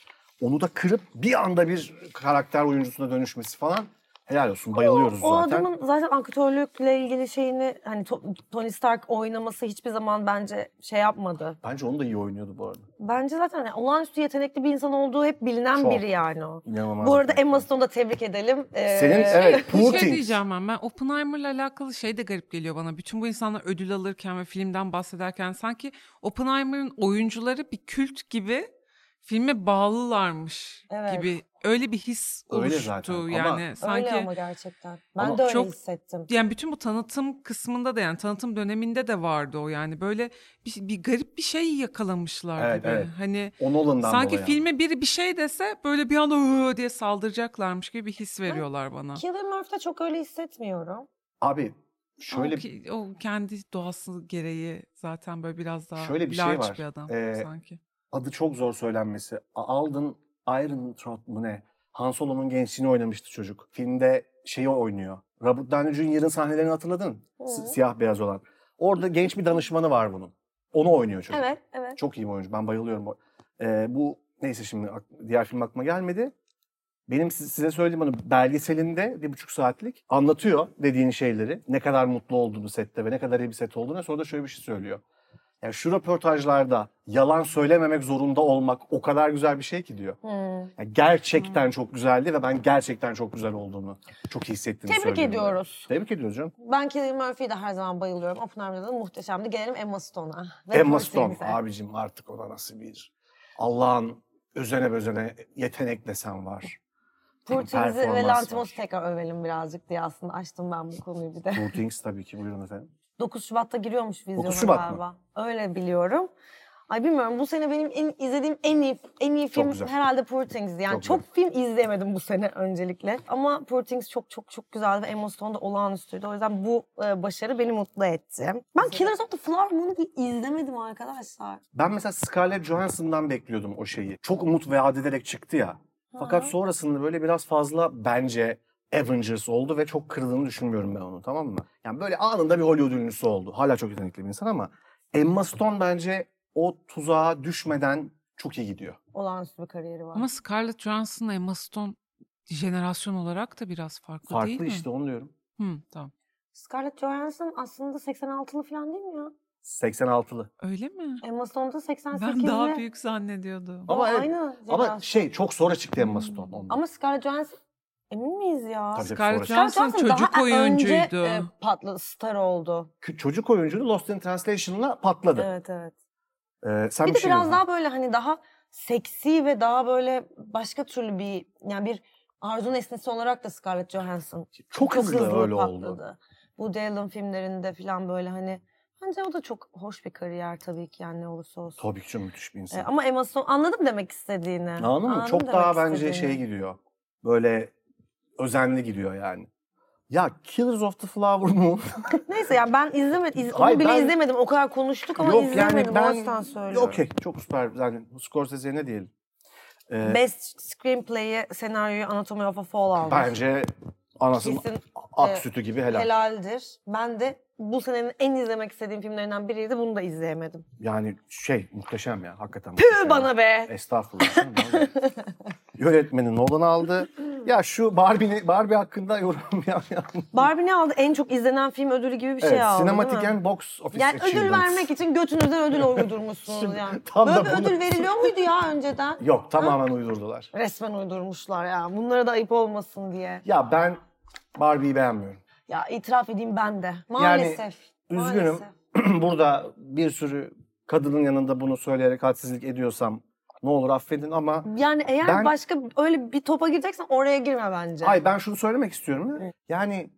S2: Onu da kırıp bir anda bir karakter oyuncusuna dönüşmesi falan helal olsun bayılıyoruz
S1: o
S2: e, zaten.
S1: adamın zaten aktörlükle ilgili şeyini hani To- Tony Stark oynaması hiçbir zaman bence şey yapmadı.
S2: Bence onu da iyi oynuyordu bu arada.
S1: Bence zaten hani olağanüstü yetenekli bir insan olduğu hep bilinen
S2: Çok.
S1: biri yani o.
S2: İnanılmaz.
S1: Bu arada
S2: yetenekli.
S1: Emma Stone'u da tebrik edelim. Ee,
S2: Senin evet
S3: Bir
S2: Poor
S3: şey
S2: Things.
S3: diyeceğim ben. Ben Oppenheimer'la alakalı şey de garip geliyor bana. Bütün bu insanlar ödül alırken ve filmden bahsederken sanki Oppenheimer'ın oyuncuları bir kült gibi filme bağlılarmış
S1: Evet.
S3: gibi öyle bir his
S2: Öyle
S3: oluştu
S2: zaten ama-
S3: yani sanki.
S1: Öyle ama gerçekten. Ben
S2: Ama
S1: de öyle
S3: çok-
S1: hissettim.
S3: Yani bütün bu tanıtım kısmında da yani tanıtım döneminde de vardı o yani böyle bir, bir garip bir şey yakalamışlar
S2: Evet,
S3: gibi.
S2: evet.
S3: Hani
S2: O Nolan'dan
S3: sanki
S2: dolayı.
S3: filme biri bir şey dese böyle bir anda "Iı" diye saldıracaklarmış gibi bir his veriyorlar bana.
S1: Cillian Murphy'de çok öyle hissetmiyorum.
S2: Abi
S3: Ama
S2: şöyle
S3: o, ki- o kendi doğası gereği zaten böyle biraz daha
S2: Şöyle bir şey
S3: large
S2: var.
S3: bir adam
S2: Ee,
S3: sanki.
S2: adı çok zor söylenmesi. A- Alden Irontrot mu ne? Han Solo'nun gençliğini oynamıştı çocuk. Filmde şeyi oynuyor. Robert Downey Jr.'ın sahnelerini hatırladın? S-
S1: Hı.
S2: Siyah beyaz olan. Orada genç bir danışmanı var bunun. Onu oynuyor çocuk.
S1: Evet, evet.
S2: Çok iyi bir oyuncu. Ben bayılıyorum. o- Ee, bu neyse şimdi ak- diğer film aklıma gelmedi. Benim si- size söylediğim onu belgeselinde bir buçuk saatlik anlatıyor dediğin şeyleri. Ne kadar mutlu olduğunu sette ve ne kadar iyi bir set olduğunu. Sonra da şöyle bir şey söylüyor. Yani şu röportajlarda yalan söylememek zorunda olmak o kadar güzel bir şey ki diyor.
S1: Hmm.
S2: Yani gerçekten çok güzeldi ve ben gerçekten çok güzel olduğunu, çok iyi hissettiğini
S1: Tebrik
S2: söylüyorum.
S1: ediyoruz.
S2: Tebrik ediyoruz canım.
S1: Ben Cillian Murphy'yi de her zaman bayılıyorum. Oppenheimer'da da muhteşemdi. Gelelim Emma Stone'a. ve
S2: Emma
S1: Poor
S2: Stone
S1: Things'e.
S2: abicim artık ona nasıl bir Allah'ın özene bezene yetenek desen var.
S1: Poor Things'i ve
S2: performans
S1: Lantimos'u
S2: var.
S1: tekrar övelim birazcık diye aslında açtım ben bu konuyu bir de.
S2: Poor Things tabii ki buyurun efendim.
S1: 9 Şubat'ta giriyormuş vizyona
S2: 9 Şubat mı?
S1: galiba. Öyle biliyorum. Ay bilmiyorum bu sene benim en, izlediğim en iyi en iyi film
S2: güzel.
S1: herhalde Poor Things'di. Yani
S2: Çok
S1: çok, film izleyemedim bu sene öncelikle. Ama Poor Things çok çok çok güzeldi ve Emma Stone da olağanüstüydü. O yüzden bu e, başarı beni mutlu etti. Ben Killers of the Flower Moon'u bir izlemedim arkadaşlar.
S2: Ben mesela Scarlett Johansson'dan bekliyordum o şeyi. Çok umut vaat ederek çıktı ya. Fakat
S1: Ha.
S2: sonrasında böyle biraz fazla bence Avengers oldu ve çok kırıldığını düşünmüyorum ben onu tamam mı? Yani böyle anında bir Hollywood ünlüsü oldu. Hala çok yetenekli bir insan ama Emma Stone bence o tuzağa düşmeden çok iyi gidiyor.
S1: olağanüstü bir kariyeri var.
S3: Ama Scarlett Johansson'la Emma Stone jenerasyon olarak da biraz farklı, değil
S2: Farklı
S3: mi?
S2: işte onu diyorum.
S3: Hı, tamam.
S1: Scarlett Johansson aslında 86'lı falan değil mi ya?
S2: 86'lı.
S3: Öyle mi?
S1: Emma Stone da 88'li.
S3: Ben daha büyük zannediyordum.
S2: Ama evet,
S1: aynı
S2: Ama
S1: jenerasyon.
S2: şey çok sonra çıktı Emma Stone. ondan.
S1: Ama Scarlett Johansson emin miyiz ya?
S2: Tabii. Scarlett
S3: Scarlett Johansson
S1: daha
S3: çocuk
S1: önce,
S3: oyuncuydu.
S1: e, patladı, star oldu.
S2: Kü- çocuk oyuncunu Lost in Translation'la patladı.
S1: Evet evet.
S2: Ee, sen
S1: Bir de
S2: şey
S1: biraz
S2: diyordun.
S1: daha böyle hani daha seksi ve daha böyle başka türlü bir yani bir arzu nesnesi olarak da Scarlett Johansson
S2: çok, hızlı, öyle oldu.
S1: patladı. Bu Dylan filmlerinde falan böyle hani bence o da çok hoş bir kariyer tabii ki yani ne olursa olsun.
S2: Tabii ki çok müthiş bir insan.
S1: E, ama Emma Stone anladım demek istediğini.
S2: Anladın mı?
S1: Anladım
S2: Çok
S1: demek
S2: daha bence
S1: istediğini.
S2: şey gidiyor. Böyle özenli gidiyor yani. Ya Killers of the Flower Moon.
S1: Neyse yani ben izlemedim. iz-
S2: Hayır,
S1: onu bile
S2: ben-
S1: izlemedim. O kadar konuştuk ama
S2: Yok
S1: izlemedim.
S2: yani
S1: o
S2: ben...
S1: yüzden söylüyorum.
S2: Okey çok süper. Yani Scorsese'ye ne diyelim? Ee,
S1: Best Screenplay'i, senaryoyu Anatomy of a Fall almış.
S2: bence anasının
S1: Kesin e,
S2: ak sütü gibi helal.
S1: helaldir. Ben de bu senenin en izlemek istediğim filmlerinden biriydi. Bunu da izleyemedim.
S2: Yani şey muhteşem ya hakikaten.
S1: Püh
S2: muhteşem.
S1: bana be!
S2: Estağfurullah. canım, ne olacak? Yönetmeni Nolan aldı. Ya şu Barbie'ni Barbie hakkında yorum ya.
S1: Barbie ne aldı? En çok izlenen film ödülü gibi bir şey
S2: evet,
S1: aldı değil mi?
S2: Sinematiken Box Office
S1: Yani ödül
S2: Achievements.
S1: vermek için götünüzden ödül uydurmuşsunuz
S2: Şimdi
S1: yani.
S2: tam da
S1: Böyle bir
S2: bunu-
S1: ödül veriliyor muydu ya önceden?
S2: Yok tamamen uydurdular.
S1: Resmen uydurmuşlar ya. Bunlara da ayıp olmasın diye.
S2: Ya ben Barbie'yi beğenmiyorum.
S1: Ya itiraf edeyim ben de. Maalesef.
S2: üzgünüm.
S1: Maalesef.
S2: Burada bir sürü kadının yanında bunu söyleyerek hadsizlik ediyorsam ne olur affedin ama
S1: Yani eğer
S2: Ben-
S1: başka öyle bir topa gireceksen oraya girme bence.
S2: Hayır ben şunu söylemek istiyorum.
S1: Evet.
S2: Yani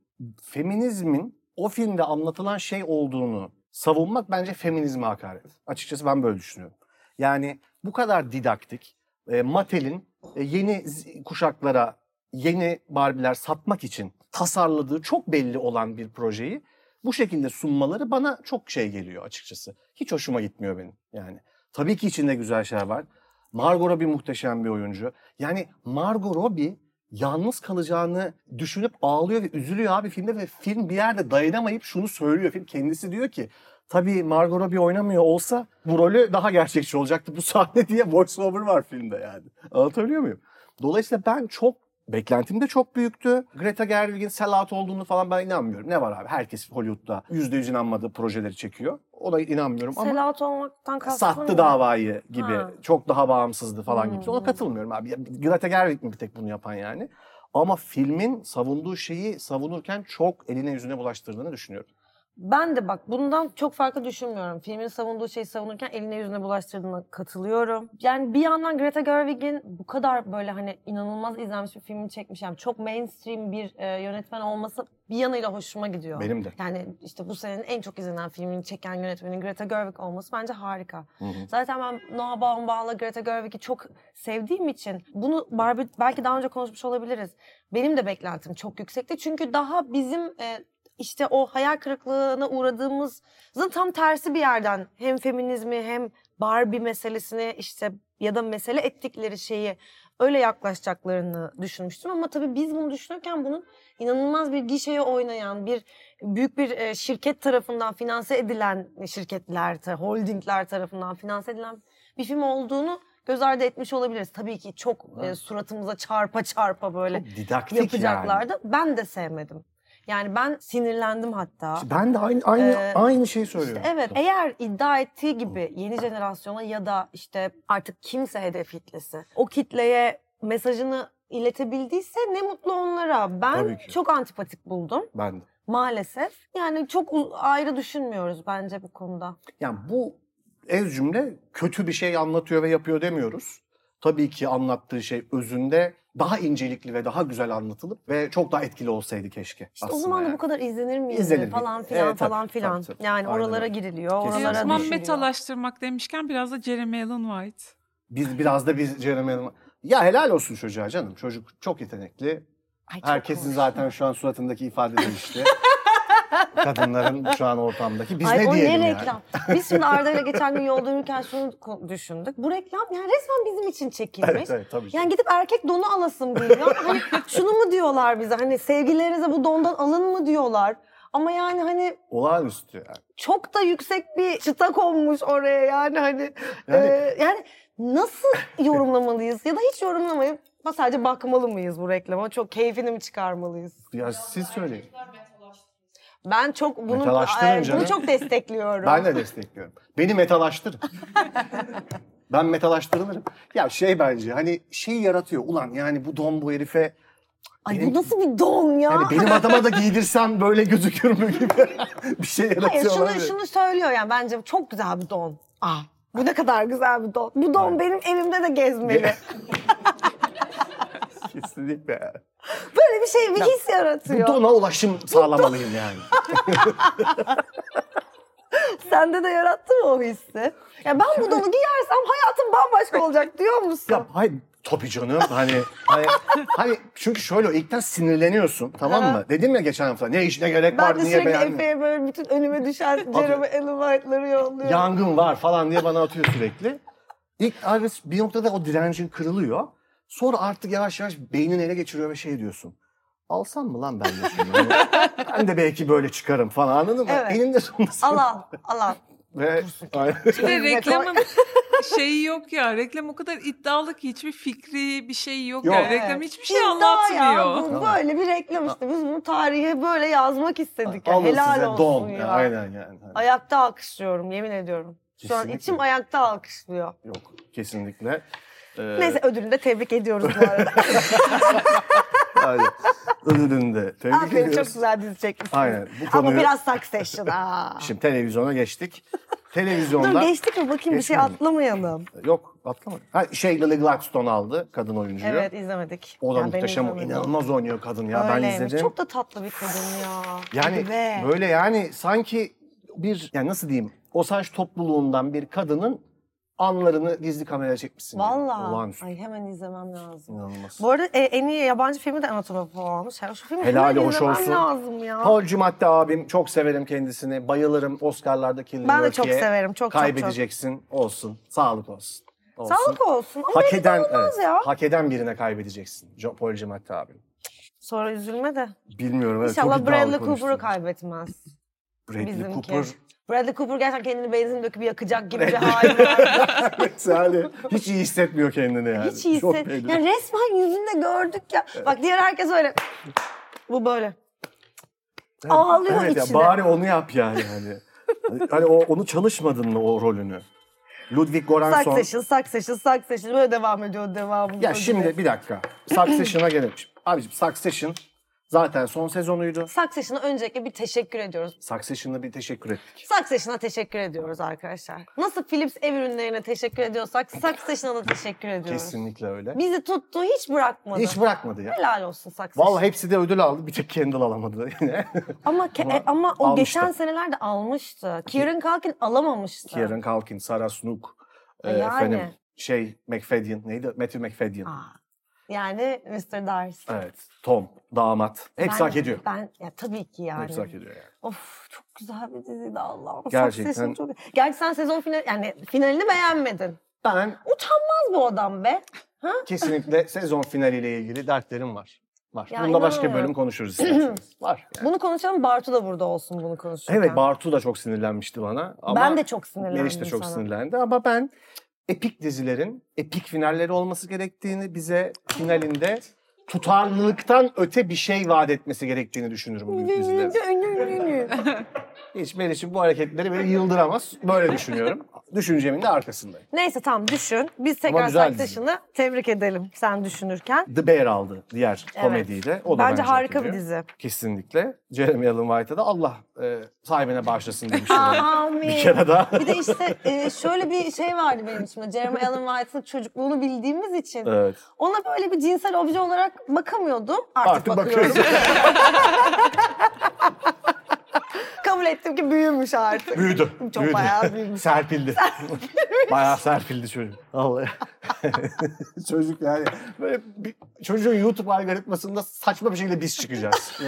S2: feminizmin o filmde anlatılan şey olduğunu savunmak bence feminizme hakaret. Açıkçası ben böyle düşünüyorum. Yani bu kadar didaktik e, Mattel'in e, yeni z- kuşaklara yeni Barbie'ler satmak için tasarladığı çok belli olan bir projeyi bu şekilde sunmaları bana çok şey geliyor açıkçası. Hiç hoşuma gitmiyor benim yani. Tabii ki içinde güzel şeyler var. Margot Robbie muhteşem bir oyuncu. Yani Margot Robbie yalnız kalacağını düşünüp ağlıyor ve üzülüyor abi filmde ve film bir yerde dayanamayıp şunu söylüyor. Film kendisi diyor ki tabii Margot Robbie oynamıyor olsa bu rolü daha gerçekçi olacaktı bu sahne diye voiceover var filmde yani. Anlatabiliyor muyum? Dolayısıyla ben çok Beklentim de çok büyüktü. Greta Gerwig'in sellout olduğunu falan ben inanmıyorum. Ne var abi? Herkes Hollywood'da %100 inanmadığı projeleri çekiyor. Ona inanmıyorum ama
S1: Selahat olmaktan kastın
S2: sattı
S1: ne?
S2: davayı gibi.
S1: Ha.
S2: Çok daha bağımsızdı falan gibi.
S1: Hmm.
S2: Ona katılmıyorum abi. Ya Greta Gerwig mi bir tek bunu yapan yani? Ama filmin savunduğu şeyi savunurken çok eline yüzüne bulaştırdığını düşünüyorum.
S1: Ben de bak bundan çok farklı düşünmüyorum. Filmin savunduğu şeyi savunurken eline yüzüne bulaştırdığına katılıyorum. Yani bir yandan Greta Gerwig'in bu kadar böyle hani inanılmaz izlenmiş bir filmi çekmiş. Yani çok mainstream bir e, yönetmen olması bir yanıyla hoşuma gidiyor.
S2: Benim de.
S1: Yani işte bu senenin en çok izlenen filmini çeken yönetmenin Greta Gerwig olması bence harika.
S2: Hı hı.
S1: Zaten ben Noah Baumbach'la Greta Gerwig'i çok sevdiğim için bunu Barbie belki daha önce konuşmuş olabiliriz. Benim de beklentim çok yüksekti. Çünkü daha bizim e, işte o hayal kırıklığına uğradığımızın tam tersi bir yerden hem feminizmi hem Barbie meselesini işte ya da mesele ettikleri şeyi öyle yaklaşacaklarını düşünmüştüm ama tabii biz bunu düşünürken bunun inanılmaz bir gişeye oynayan bir büyük bir e, şirket tarafından finanse edilen şirketler, tar- holdingler tarafından finanse edilen bir film olduğunu göz ardı etmiş olabiliriz. Tabii ki çok e, suratımıza çarpa çarpa böyle
S2: Çok didaktik yani.
S1: yapacaklardı. Ben de sevmedim. Yani ben sinirlendim hatta.
S2: İşte Ben de aynı aynı,
S1: Ee,
S2: aynı şeyi söylüyorum.
S1: Evet e- eğer iddia ettiği gibi yeni jenerasyona ya da işte artık kimse hedef kitlesi o kitleye mesajını iletebildiyse ne mutlu onlara. Ben
S2: Tabii ki.
S1: çok antipatik buldum
S2: Ben de.
S1: maalesef. Yani çok u- ayrı düşünmüyoruz bence bu konuda.
S2: Yani bu ez cümle kötü bir şey anlatıyor ve yapıyor demiyoruz. Tabii ki anlattığı şey özünde daha incelikli ve daha güzel anlatılıp ve çok daha etkili olsaydı keşke.
S1: İşte o
S2: aslında
S1: zaman da
S2: yani.
S1: bu kadar izlenir miydi
S2: İzlenir miydi?
S1: falan filan
S2: Evet, tabii,
S1: falan
S2: tabii,
S1: filan.
S2: tabii.
S1: Yani
S2: Aynen
S1: oralara
S2: öyle.
S1: giriliyor,
S2: Kesin.
S1: oralara
S2: Yazman
S3: Yazman
S1: düşülüyor.
S3: Şey, metalaştırmak demişken biraz da Jeremy Allen White.
S2: Biz biraz da biz Jeremy Allen- Ya helal olsun çocuğa canım. Çocuk çok yetenekli.
S1: Ay, çok
S2: Herkesin
S1: hoş.
S2: zaten şu an suratındaki ifade değişti. Kadınların şu an ortamdaki. Biz
S1: Ay
S2: ne
S1: o
S2: diyelim
S1: ne
S2: yani?
S1: reklam? Biz şimdi Arda'yla geçen gün yolda yürürken şunu ko- düşündük. Bu reklam yani resmen bizim için çekilmiş.
S2: Evet evet tabii. ki.
S1: Yani gidip erkek donu alasım geliyor. hani şunu mu diyorlar bize? Hani sevgililerinize bu dondan alın mı diyorlar? Ama yani hani
S2: Olağanüstü yani.
S1: çok da yüksek bir çıta konmuş oraya yani hani
S2: Yani-
S1: e, yani nasıl yorumlamalıyız ya da hiç yorumlamayıp ama sadece bakmalı mıyız bu reklama? Çok keyfini mi çıkarmalıyız?
S2: Ya siz söyleyin.
S1: Ben çok bunu,
S2: Metalaştırın
S1: e,
S2: canım.
S1: bunu çok destekliyorum.
S2: Ben de destekliyorum. Beni metalaştırın. ben metalaştırılırım. Ya şey bence hani şeyi yaratıyor. Ulan yani bu don bu herife
S1: Ay
S2: benim- Hani
S1: bu nasıl bir don ya?
S2: yani benim adama da giydirsem böyle gözükür mü gibi bir şey yaratıyor.
S1: Hayır şunu,
S2: olabilir.
S1: şunu söylüyor yani bence çok güzel bir don. Ah bu ne kadar güzel bir don. Bu don
S2: Aynen.
S1: benim evimde de gezmeli.
S2: Kesinlikle. yani.
S1: Böyle bir şey bir his yaratıyor.
S2: Bu dona ulaşım sağlamalıyım yani.
S1: Sende de yarattı mı o hissi? Ya ben bu donu giyersem hayatım bambaşka olacak diyor musun?
S2: Ya hayır tabii canım hani hani, hani çünkü şöyle o ilkten sinirleniyorsun tamam mı? Dedim ya geçen hafta ne işine gerek
S1: ben
S2: var
S1: de
S2: niye
S1: sürekli
S2: beğenmiyorsun?
S1: Efe'ye böyle bütün önüme düşen Jeremy Allen White'ları yolluyorum.
S2: yangın var falan diye bana atıyor sürekli. İlk adres bir noktada o direncin kırılıyor. Sonra artık yavaş yavaş beynini ele geçiriyor ve şey diyorsun. Alsam mı lan ben de şunu? Yani ben de belki böyle çıkarım falan anladın mı?
S1: Evet.
S2: Elinde sonunda
S1: Al al al al.
S2: Ve
S3: Bir de reklamın şeyi yok ya. Reklam o kadar iddialı ki hiçbir fikri bir şey yok,
S2: Yok.
S3: ya. Reklam hiçbir şey
S1: İddia Ya,
S3: anlatmıyor.
S1: bu
S2: Tamam.
S1: böyle bir reklam işte. Biz bunu tarihe böyle yazmak istedik. ya.
S2: Alın
S1: Helal
S2: size
S1: olsun
S2: don.
S1: ya.
S2: Ya, aynen yani. Hani
S1: Ayakta alkışlıyorum yemin ediyorum. Şu an
S2: Kesinlikle.
S1: içim ayakta alkışlıyor.
S2: Yok kesinlikle. Ee,
S1: Neyse ödülünü de tebrik ediyoruz bu arada.
S2: Aynen. Ödülünü de tebrik
S1: Aferin çok
S2: ediyoruz.
S1: güzel dizi çekmişsiniz.
S2: Aynen. Bu
S1: Ama
S2: konuyu...
S1: biraz succession ha.
S2: Şimdi televizyona geçtik.
S1: Dur
S2: Televizyonda...
S1: geçtik mi bakayım bir şey
S2: Geçmedim.
S1: atlamayalım.
S2: Yok atlamadım. Ha, şey Lily Gladstone aldı kadın oyuncuyu.
S1: Evet izlemedik.
S2: O da
S1: Ya, ben
S2: muhteşem.
S1: izlemedim.
S2: inanılmaz oynuyor kadın ya. ben
S1: Öyleymiş.
S2: izledim.
S1: Çok da tatlı bir kadın ya.
S2: Yani
S1: Hadi be.
S2: böyle yani sanki bir yani nasıl diyeyim o saç topluluğundan bir kadının anlarını gizli kameraya çekmişsin. gibi.
S1: Valla.
S2: Olağanüstü.
S1: Ay hemen izlemem lazım.
S2: İnanılmaz.
S1: Bu arada e, en iyi yabancı filmi de Anatomy of almış. Yani şu filmi
S2: Helali,
S1: hemen
S2: hoş
S1: izlemem
S2: olsun.
S1: lazım ya.
S2: Paul Cumatte abim çok severim kendisini. Bayılırım Oscar'larda Killing
S1: ben de çok
S2: Murphy'ye.
S1: severim. Çok çok çok.
S2: Kaybedeceksin. Olsun. Sağlık olsun. olsun.
S1: Sağlık olsun. Ama
S2: Hak eden,
S1: olmaz
S2: evet,
S1: ya.
S2: hak eden birine kaybedeceksin. Jo- Paul Cumatte abim. Sonra
S1: Sonra üzülme de.
S2: Bilmiyorum. Evet, çok
S1: İnşallah
S2: iddialı
S1: Bradley
S2: konuştun.
S1: Cooper'ı kaybetmez.
S2: Bradley
S1: bizimki.
S2: Cooper.
S1: Bradley Cooper gerçekten kendini benzin döküp yakacak gibi bir hali var.
S2: Evet, yani hiç iyi hissetmiyor kendini yani.
S1: Hiç iyi
S2: Çok
S1: hisset.
S2: belli.
S1: Ya resmen yüzünde gördük ya. Bak diğer herkes öyle. Bu böyle.
S2: Evet,
S1: Ağlıyor
S2: evet
S1: içine.
S2: Ya, bari onu yap yani. Hani, hani o, onu çalışmadın mı o rolünü? Ludwig Göransson.
S1: Succession, succession, succession. Böyle devam ediyor devamı.
S2: Ya şimdi bir dakika. Succession'a gelelim. Şimdi, Abicim Succession zaten son sezonuydu.
S1: Succession'a öncelikle bir teşekkür ediyoruz.
S2: Succession'a bir teşekkür ettik.
S1: Succession'a teşekkür ediyoruz arkadaşlar. Nasıl Philips ev ürünlerine teşekkür ediyorsak Succession'a da teşekkür ediyoruz.
S2: Kesinlikle öyle.
S1: Bizi tuttu, hiç bırakmadı.
S2: Hiç bırakmadı ya.
S1: Helal olsun Succession.
S2: Vallahi hepsi de ödül aldı. Bir tek Kendall alamadı yine.
S1: Ama ke-
S2: Ama
S1: e, ama o
S2: almıştı.
S1: geçen senelerde almıştı. Kieran Culkin alamamıştı.
S2: Kieran Culkin, Sarah Snook, e,
S1: Yani.
S2: efendim, şey McFadyen neydi? Matthew McFadyen.
S1: Aa, yani Mr. Darcy.
S2: Evet. Tom, damat. Hepsi
S1: Ben-
S2: hak ediyor.
S1: Ben ya tabii ki yani.
S2: Hepsi hak ediyor yani.
S1: Of çok güzel bir diziydi Allah'ım.
S2: Gerçekten.
S1: Succession Çok... Gerçi sen sezon final yani finalini beğenmedin.
S2: Ben
S1: Utanmaz bu adam be.
S2: kesinlikle sezon finaliyle ilgili dertlerim var. Var.
S1: Ya
S2: Bunda başka bir
S1: inanamıyorum.
S2: bölüm konuşuruz isterseniz. var. yani.
S1: Bunu konuşalım Bartu da burada olsun bunu konuşurken.
S2: Evet Bartu da çok sinirlenmişti bana. Ama
S1: ben de çok sinirlendim
S2: Meriç de çok
S1: sana.
S2: sinirlendi ama ben epik dizilerin epik finalleri olması gerektiğini bize finalinde tutarlılıktan öte bir şey vaat etmesi gerektiğini düşünürüm bu büyük dizilerin. Hiç Meriç'in bu hareketleri beni yıldıramaz. Böyle düşünüyorum. Düşüncemin de arkasındayım.
S1: Neyse tamam düşün. Biz
S2: Ama
S1: tekrar
S2: güzel dizi.
S1: Succession'ı tebrik edelim sen düşünürken.
S2: The Bear aldı diğer
S1: Evet.
S2: komediyle. O da
S1: bence,
S2: bence hak
S1: harika bir
S2: ediyor.
S1: dizi.
S2: Kesinlikle. Jeremy Allen White'a da Allah e, sahibine bağışlasın demiştim.
S1: Amin.
S2: bir kere daha.
S1: Bir de işte e, şöyle bir şey vardı benim içimde. Jeremy Allen White'ın çocukluğunu bildiğimiz için
S2: evet.
S1: ona böyle bir cinsel obje olarak bakamıyordum. Artık,
S2: Artık
S1: bakıyorum.
S2: bakıyoruz.
S1: Kabul ettim ki büyümüş artık.
S2: Büyüdü.
S1: Çok
S2: büyüdü.
S1: bayağı büyümüş.
S2: Serpildi. bayağı serpildi çocuk. Vallahi. çocuk yani böyle bir, çocuğun YouTube algoritmasında saçma bir şekilde biz çıkacağız.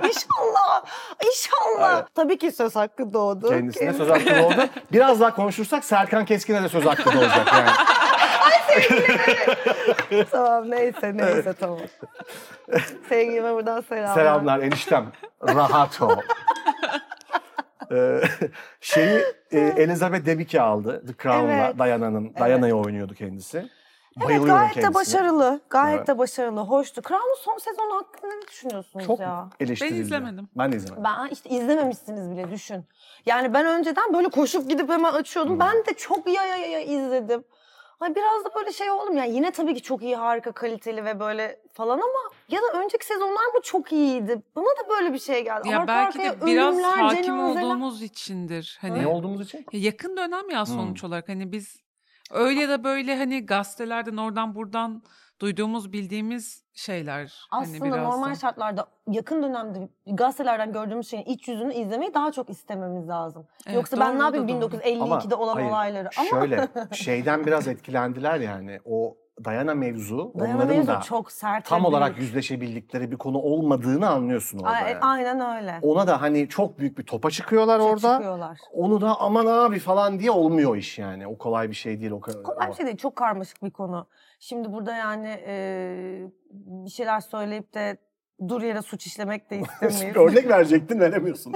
S1: İnşallah. İnşallah. Tabii ki söz hakkı doğdu.
S2: Kendisine söz hakkı oldu. Biraz daha konuşursak Serkan Keskin'e de söz hakkı olacak yani.
S1: Tamam neyse neyse tamam. Sevgilime buradan selamlar.
S2: Selamlar eniştem. Rahat ol. Ee, şeyi e, Elizabeth Debicki aldı The Crown'la
S1: Evet.
S2: Dayana'nın. Dayana'yı oynuyordu kendisi.
S1: Evet
S2: Bayılıyorum
S1: gayet de
S2: kendisine.
S1: başarılı. Gayet
S2: Evet.
S1: de başarılı. Hoştu. Crown'un son sezonu hakkında ne düşünüyorsunuz
S2: Çok
S1: ya?
S2: eleştirildi.
S3: Ben izlemedim.
S2: Ben de izlemedim.
S1: Ben işte izlememişsiniz bile düşün. Yani ben önceden böyle koşup gidip hemen açıyordum. Ben de çok ya ya ya- ya izledim. Ay biraz da böyle şey oldum ya yine tabii ki çok iyi harika kaliteli ve böyle falan ama ya da önceki sezonlar mı çok iyiydi. Bana da böyle bir şey geldi.
S3: Ya
S1: Arka
S3: belki
S1: arkaya
S3: de biraz
S1: ölümler,
S3: hakim
S1: cenazeler.
S3: olduğumuz içindir. Hani
S2: Ne olduğumuz için?
S3: Ya Yakın dönem ya
S2: Hmm.
S3: sonuç olarak hani biz öyle de böyle hani gazetelerden oradan buradan duyduğumuz bildiğimiz şeyler
S1: Aslında
S3: hani biraz
S1: normal
S3: da.
S1: şartlarda yakın dönemde gazetelerden gördüğümüz şeyin iç yüzünü izlemeyi daha çok istememiz lazım.
S3: Evet,
S1: Yoksa
S3: doğru,
S1: ben ne
S3: da
S1: yapayım
S3: doğru.
S1: 1952'de olan
S2: hayır,
S1: olayları ama
S2: Şöyle şeyden biraz etkilendiler yani o Dayana mevzu onların
S1: dayanamıyorsun
S2: da
S1: çok sert.
S2: tam
S1: ve
S2: olarak
S1: büyük.
S2: yüzleşebildikleri bir konu olmadığını anlıyorsun orada.
S1: Ay-
S2: yani.
S1: Aynen öyle.
S2: Ona da hani çok büyük bir topa çıkıyorlar orada.
S1: çıkıyorlar.
S2: Onu da aman abi falan diye olmuyor iş yani. O kolay bir şey değil. O kadar.
S1: Kolay bir şey değil. Çok karmaşık bir konu. Şimdi burada yani e, bir şeyler söyleyip de dur yere suç işlemek de istemeyiz.
S2: Örnek verecektin veremiyorsun.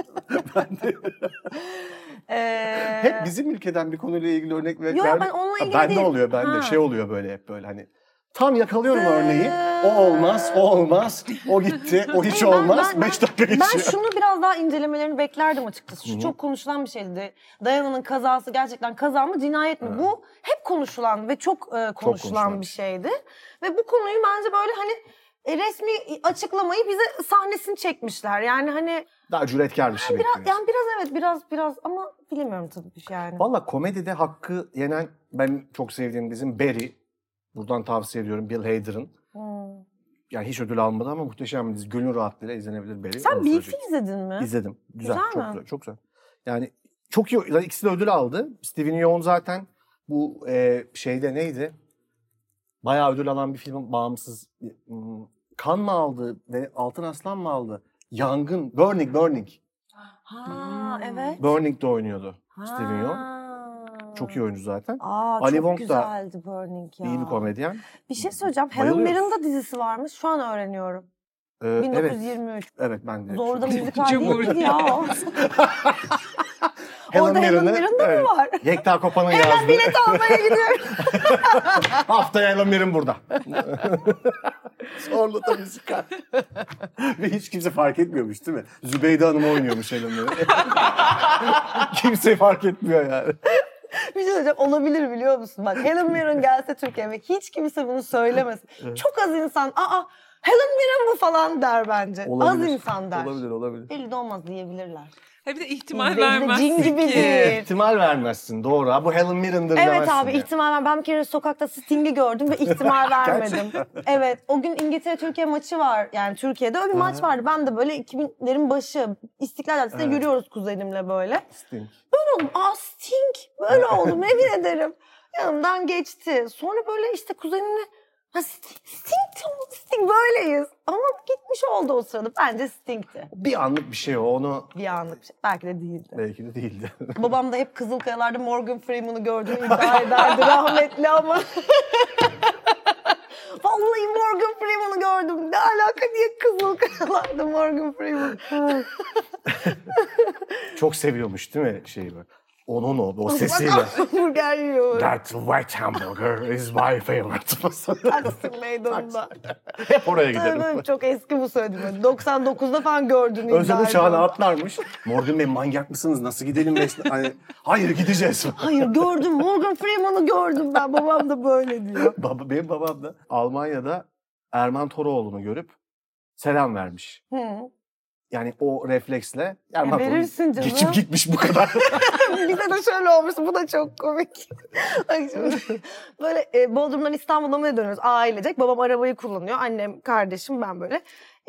S1: Ee,
S2: Hep bizim ülkeden bir konuyla ilgili örnek ver.
S1: Yo,
S2: ver-
S1: ben onunla
S2: Ha,
S1: ilgili
S2: bende
S1: değil.
S2: oluyor bende
S3: Ha.
S2: şey oluyor böyle hep böyle hani tam yakalıyorum örneği. O olmaz, o olmaz, o gitti, o hiç
S1: Hayır, Ee. ben-
S2: olmaz.
S1: ben-
S2: 5 dakika geçiyor.
S1: Ben şunu biraz daha incelemelerini beklerdim açıkçası. Şu
S2: Hı.
S1: çok konuşulan bir şeydi. Dayana'nın kazası gerçekten kaza mı cinayet mi?
S2: Evet.
S1: Bu hep konuşulan ve çok e, konuşulan,
S2: konuşulan.
S1: bir şeydi. Ve bu konuyu bence böyle hani e, resmi açıklamayı bize sahnesini çekmişler. Yani hani
S2: Daha cüretkar bir şey
S1: biraz,
S2: bekliyoruz.
S1: yani biraz evet biraz biraz ama bilemiyorum tabii ki yani.
S2: Valla komedide hakkı yenen ben çok sevdiğim bizim Barry. Buradan tavsiye ediyorum Bill Hader'ın.
S1: Hmm.
S2: Yani hiç ödül almadı ama muhteşem bir dizi. Gönül rahatlığıyla izlenebilir Barry. Onu
S1: Sen Beef'i
S2: söyleyeyim.
S1: izledin mi?
S2: İzledim. Güzel.
S1: Güzel
S2: çok
S1: mi?
S2: güzel. Çok güzel. Yani çok iyi. yani ikisi de ödül aldı. Steven Yeun zaten bu e, şeyde neydi? Bayağı ödül alan bir film bağımsız. Hmm, Kan mı aldı? Ve Altın Aslan mı aldı? Yangın. Burning. Burning. Hmm.
S1: ha evet.
S2: Burning'de oynuyordu Steven Yeun.
S1: Yeun.
S2: Çok iyi oyuncu zaten.
S1: Aa,
S2: Ali
S1: çok
S2: Wong da
S1: güzeldi Burning Ah ya.
S2: İyi bir komedyen.
S1: Bir şey söyleyeceğim. Helen
S2: Bayılıyoruz.
S1: Mirren'da dizisi varmış. Şu an öğreniyorum.
S2: Ee, evet.
S1: 1923.
S2: Evet ben de.
S1: Zorda
S2: Şimdi-
S1: müzikal değil
S3: Cumhuriyet.
S1: miydi ya o? Orada Helen Mirren'da
S2: evet.
S1: mı var?
S2: Yekta Kopan'ın
S1: Hemen
S2: yazdığı.
S1: bilet almaya gidiyorum.
S2: Haftaya Helen Mirren burada. Zorlu da müzikal. Ve hiç kimse fark etmiyormuş değil mi? Zübeyde Hanım oynuyormuş Helen Mirren. kimse fark etmiyor yani.
S1: Bir şey söyleyeceğim. Olabilir biliyor musun? Bak Helen Mirren gelse Türkiye'ye ve hiç kimse bunu söylemesin. Çok az insan aa Helen Mirren bu falan der bence. Az insan der.
S2: Olabilir olabilir.
S1: Belli de olmaz diyebilirler.
S3: He bir de ihtimal
S1: Belli de cin
S3: vermezsin
S1: gibidir.
S3: ki.
S2: İhtimal vermezsin doğru. Ha, bu Helen Mirren'dır
S1: Evet
S2: demezsin
S1: abi
S2: yani.
S1: ihtimal ver. Ben bir kere sokakta Sting'i gördüm ve ihtimal vermedim. evet o gün İngiltere Türkiye maçı var. Yani Türkiye'de öyle bir maç vardı. Ben de böyle 2000'lerin başı İstiklal Caddesi'nde
S2: Evet.
S1: yürüyoruz kuzenimle böyle.
S2: Sting.
S1: oldum. Aa Sting böyle oldum emin ederim. Yanımdan geçti. Sonra böyle işte kuzenimle ha, Sting, Sting, tamam, Sting böyleyiz. Ama gitmiş oldu o sırada. Bence Sting'ti.
S2: Bir anlık bir şey o. Onu
S1: Bir anlık bir şey. Belki de değildi.
S2: belki de değildi.
S1: Babam da hep Kızılkayalar'da Morgan Freeman'ı gördüğünü iddia ederdi rahmetli ama. Vallahi Morgan Freeman'ı gördüm. Ne alaka diye Kızılkayalar'da Morgan Freeman.
S2: Çok seviyormuş değil mi şeyi böyle. Onun o, o sesiyle.
S1: Hamburger yiyor.
S2: That white hamburger is my favorite.
S1: Taksim meydanında.
S2: Hep oraya
S1: Evet,
S2: gidelim.
S1: evet, çok eski bu söylediğim. 99'da falan gördüğünü
S2: Özel
S1: iddia
S2: uçağına
S1: ediyorum.
S2: atlarmış. Morgan Bey manyak mısınız? Nasıl gidelim? Beş- Hani, hayır gideceğiz.
S1: Hayır gördüm. Morgan Freeman'ı gördüm ben. Babam da böyle diyor.
S2: Baba, benim babam da Almanya'da Erman Toroğlu'nu görüp selam vermiş.
S1: Hı.
S2: Yani o refleksle Erman
S1: E,
S2: Toroğlu
S1: verirsin canım.
S2: geçip gitmiş bu kadar.
S1: Bize de şöyle olmuş. Bu da çok komik. Bak şimdi böyle e, Bodrum'dan İstanbul'a mı ne dönüyoruz? Ailecek. Babam arabayı kullanıyor. Annem, kardeşim ben böyle.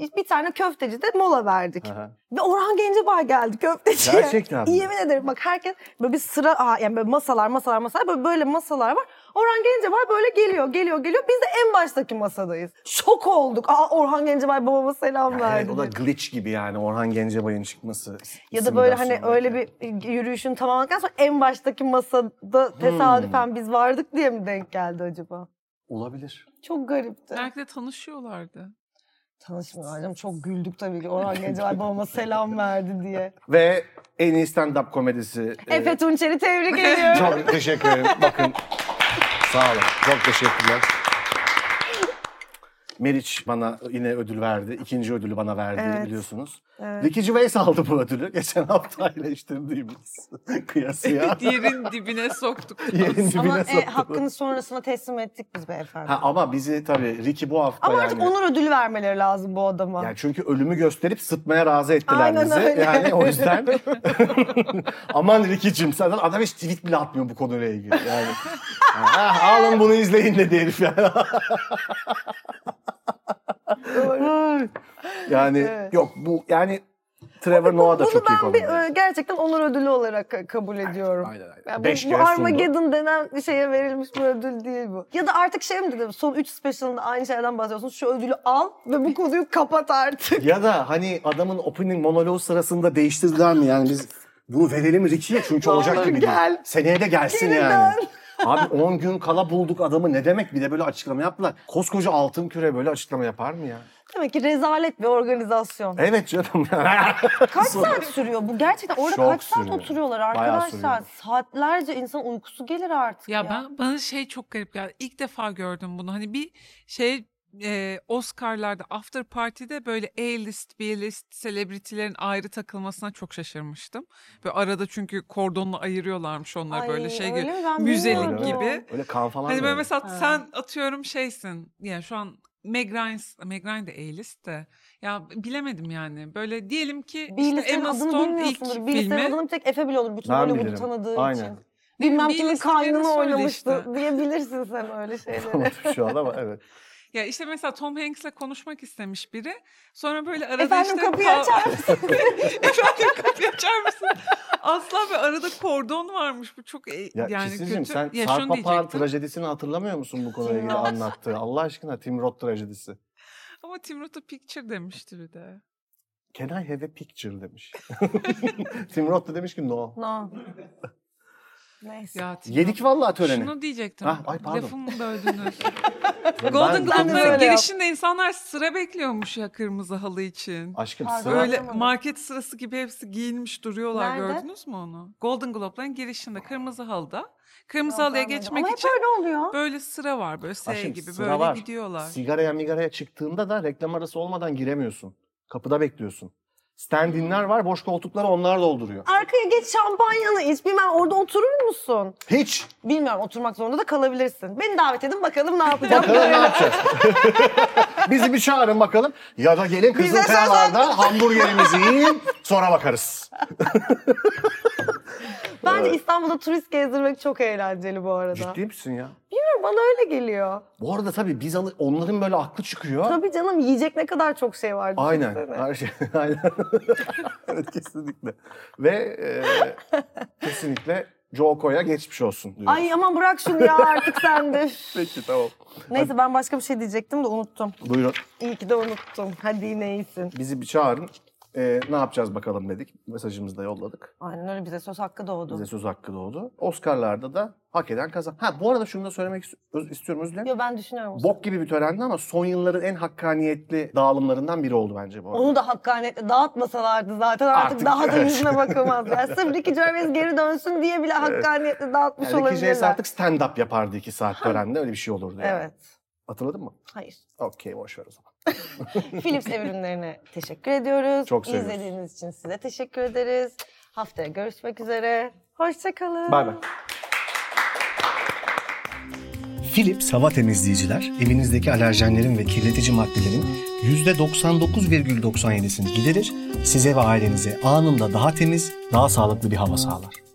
S1: E, Bir tane köftecide mola verdik.
S2: Aha.
S1: Ve Orhan Gencebay geldi köfteciye.
S2: Gerçekten mi?
S1: İyi, Yemin ederim bak herkes böyle bir sıra aa, yani böyle masalar masalar masalar böyle, böyle masalar var. Orhan Gencebay böyle geliyor geliyor geliyor. Biz de en baştaki masadayız. Şok olduk. Aa Orhan Gencebay babama selam
S2: Yani
S1: verdi.
S2: evet, o da glitch gibi yani Orhan Gencebay'ın çıkması.
S1: ya da böyle hani
S2: simülasyondaki.
S1: öyle bir yürüyüşün tamamlandıktan sonra en baştaki masada tesadüfen biz vardık diye mi denk geldi acaba?
S2: Olabilir.
S1: Çok garipti.
S3: Belki de tanışıyorlardı.
S1: Tanışmıyor canım. Çok güldük tabii ki. Orhan Gencebay babama selam verdi diye.
S2: Ve en iyi stand-up komedisi. e,
S1: Efe Tunçer'i tebrik ediyorum.
S2: Çok teşekkür ederim. Bakın. Sağ olun. Çok teşekkürler. Meriç bana yine ödül verdi. İkinci ödülü bana verdi
S1: Evet.
S2: biliyorsunuz.
S1: Evet.
S2: Ricky Gervais aldı bu ödülü. Geçen hafta eleştirdiğimiz kıyasıya.
S3: Yerin dibine soktuk.
S2: Yerin dibine
S1: Ama e,
S2: soktu.
S1: hakkını sonrasına teslim ettik biz beyefendi.
S2: Ha, ama bizi tabii Ricky bu hafta
S1: Ama
S2: yani.
S1: artık onur ödülü vermeleri lazım bu adama.
S2: Yani çünkü ölümü gösterip sıtmaya razı ettiler
S1: Aynen
S2: bizi.
S1: öyle.
S2: Yani o yüzden aman Ricky'cim sen adam hiç tweet bile atmıyor bu konuyla ilgili. Yani "Ah, alın bunu izleyin dedi herif yani. Ay. yani
S1: Evet.
S2: yok bu yani Trevor Noah da
S1: Bunu
S2: çok iyi
S1: ben bir,
S2: komedi.
S1: e, gerçekten onur ödülü olarak ka- kabul ediyorum.
S2: Aynen aynen.
S1: Yani bu-
S2: Beş
S1: bu,
S2: kere sundu.
S1: Armageddon denen bir şeye verilmiş bir ödül değil bu. Ya da artık şey mi dedim son 3 specialında aynı şeyden bahsediyorsun. Şu ödülü al ve bu konuyu kapat artık.
S2: Ya da hani adamın opening monoloğu sırasında değiştirdiler mi yani biz bunu verelim Ricky'ye çünkü olacak
S1: Vallahi
S2: gibi değil.
S1: gel.
S2: Seneye de gelsin
S1: Geri
S2: yani.
S1: dön.
S2: Abi 10 gün kala bulduk adamı ne demek bir de böyle açıklama yaptılar. Koskoca altın küre böyle açıklama yapar mı ya?
S1: Demek ki rezalet bir organizasyon.
S2: Evet canım.
S1: Kaç saat sürüyor bu? Gerçekten orada
S2: Çok
S1: kaç saat
S2: sürüyor.
S1: oturuyorlar
S2: Bayağı
S1: arkadaşlar?
S2: sürüyor.
S1: Saatlerce insan uykusu gelir artık ya.
S3: Ya ben bana şey çok garip geldi. İlk defa gördüm bunu. Hani bir şey e, Oscar'larda after party'de böyle A-list, B-list selebritilerin ayrı takılmasına çok şaşırmıştım. Böyle arada çünkü kordonla ayırıyorlarmış onlar
S1: Ay,
S3: böyle şey
S1: öyle
S3: gibi.
S1: mi? Ben
S3: müzelik
S1: bilmiyordum.
S3: gibi.
S2: Öyle kan falan.
S3: Hani
S2: da
S3: böyle
S2: öyle.
S3: mesela
S1: Ha.
S3: sen atıyorum şeysin. Yani şu an Meg Ryan's- Meg Ryan de A-list de. Ya bilemedim yani. Böyle diyelim ki
S1: Bir
S3: işte
S1: listenin
S3: Emma
S1: adını
S3: Stone ilk
S1: bilmiyorsundur. Bir listenin
S3: filmi.
S1: adını bir tek Efe bile olur bütün
S2: Ben
S1: Hollywood'u
S2: bilirim.
S1: tanıdığı
S2: Aynen.
S1: için. Bilmem
S3: Bir
S1: kimin
S3: list
S1: kaynını
S3: birini söyle
S1: oynamıştı
S3: işte.
S1: diyebilirsin sen öyle şeyleri.
S2: Konuşmuş şu an ama evet.
S3: Ya işte mesela Tom Hanks'le konuşmak istemiş biri. Sonra böyle arada
S1: Efendim
S3: işte...
S1: E, kapıyı
S3: kav-
S1: açar mısın?
S3: Efendim kapıyı açar mısın? Asla bir arada kordon varmış. Bu çok e,
S2: Ya
S3: yani
S2: Çisil'cim
S3: kötü.
S2: sen
S3: ya şunu
S2: Sarp Papağan
S3: diyecektim.
S2: trajedisini hatırlamıyor musun bu konuyla
S1: Tim
S2: ilgili
S1: Roth.
S2: anlattığı? Allah aşkına Tim Roth trajedisi.
S3: Ama Tim Roth'a picture demişti bir de.
S2: Can I have a picture demiş. Tim Roth da demiş ki no.
S1: No. Neyse.
S3: Ya Tim
S2: Yedik
S3: Roth-
S2: vallahi töreni.
S3: Şunu diyecektim.
S2: Ah, ay pardon.
S3: Lafımı böldünüz.
S2: Ben-
S3: Golden
S2: ben-
S3: Globe'lara
S1: öyle
S3: girişinde insanlar sıra bekliyormuş ya kırmızı halı için.
S2: Aşkım
S1: Pardon.
S2: sıra
S3: Öyle
S1: Anlamadım.
S3: market sırası gibi hepsi giyinmiş duruyorlar
S1: Nerede?
S3: gördünüz mü onu? Golden Globe'ların girişinde kırmızı halıda. Kırmızı
S1: Yok,
S3: halıya
S1: görmedim.
S3: geçmek
S1: Ama
S3: için
S1: hep öyle oluyor.
S3: böyle sıra var böyle S
S2: Aşkım,
S3: gibi
S2: sıra
S3: böyle
S2: var.
S3: gidiyorlar.
S2: Sigaraya migaraya çıktığında da reklam arası olmadan giremiyorsun. Kapıda bekliyorsun. Stand-in'ler var, boş koltukları onlar dolduruyor.
S1: Arkaya geç şampanyanı iç. Bilmem orada oturur musun?
S2: Hiç!
S1: Bilmiyorum oturmak zorunda da kalabilirsin. Beni davet edin bakalım ne yapacağım.
S2: Bakalım ne yapacağız? Bizi bir çağırın bakalım. Ya da gelin
S1: Bize söz
S2: Kızılkayalar'da hamburgerimizi yiyin, sonra bakarız.
S1: Bence
S2: Evet.
S1: İstanbul'da turist gezdirmek çok eğlenceli bu arada.
S2: Ciddi misin ya?
S1: Bilmiyorum bana öyle geliyor.
S2: Bu arada tabii biz alı- onların böyle aklı çıkıyor.
S1: Tabii canım yiyecek ne kadar çok şey var.
S2: Aynen.
S1: düşünsene.
S2: Her şey. Aynen. evet kesinlikle. Ve e, kesinlikle Joko'ya geçmiş olsun diyoruz.
S1: Ay aman bırak şunu ya artık sen de. Üf.
S2: Peki tamam.
S1: Neyse ben başka bir şey diyecektim de unuttum.
S2: Buyurun.
S1: İyi ki de unuttum. Hadi yine iyisin.
S2: Bizi bir çağırın. Ee, ne yapacağız bakalım dedik. Mesajımızı da yolladık.
S1: Aynen öyle bize söz hakkı doğdu.
S2: Bize söz hakkı doğdu. Oscar'larda da hak eden kazan. Ha bu arada şunu da söylemek ist- öz- istiyorum özür dilerim.
S1: Yo ben düşünüyorum. onu.
S2: Bok gibi bir törendi ama son yılların en hakkaniyetli dağılımlarından biri oldu bence bu arada.
S1: Onu da hakkaniyetle dağıtmasalardı zaten artık,
S2: Artık-
S1: daha da yüzüne bakamaz. Yani sırf Ricky Gervais geri dönsün diye bile hakkaniyetle dağıtmış
S2: yani Ricky Gervais
S1: olabilirler.
S2: artık stand-up yapardı iki saat törende öyle bir şey olurdu yani.
S1: Evet.
S2: Hatırladın mı?
S1: Hayır.
S2: Okey boş ver o zaman.
S1: Philips ev ürünlerine teşekkür ediyoruz.
S2: Çok seviyoruz.
S1: İzlediğiniz için size teşekkür ederiz. Haftaya görüşmek üzere. Hoşçakalın.
S2: Bay bay. Philips hava temizleyiciler evinizdeki alerjenlerin ve kirletici maddelerin %99,97'sini giderir, size ve ailenize anında daha temiz, daha sağlıklı bir hava sağlar.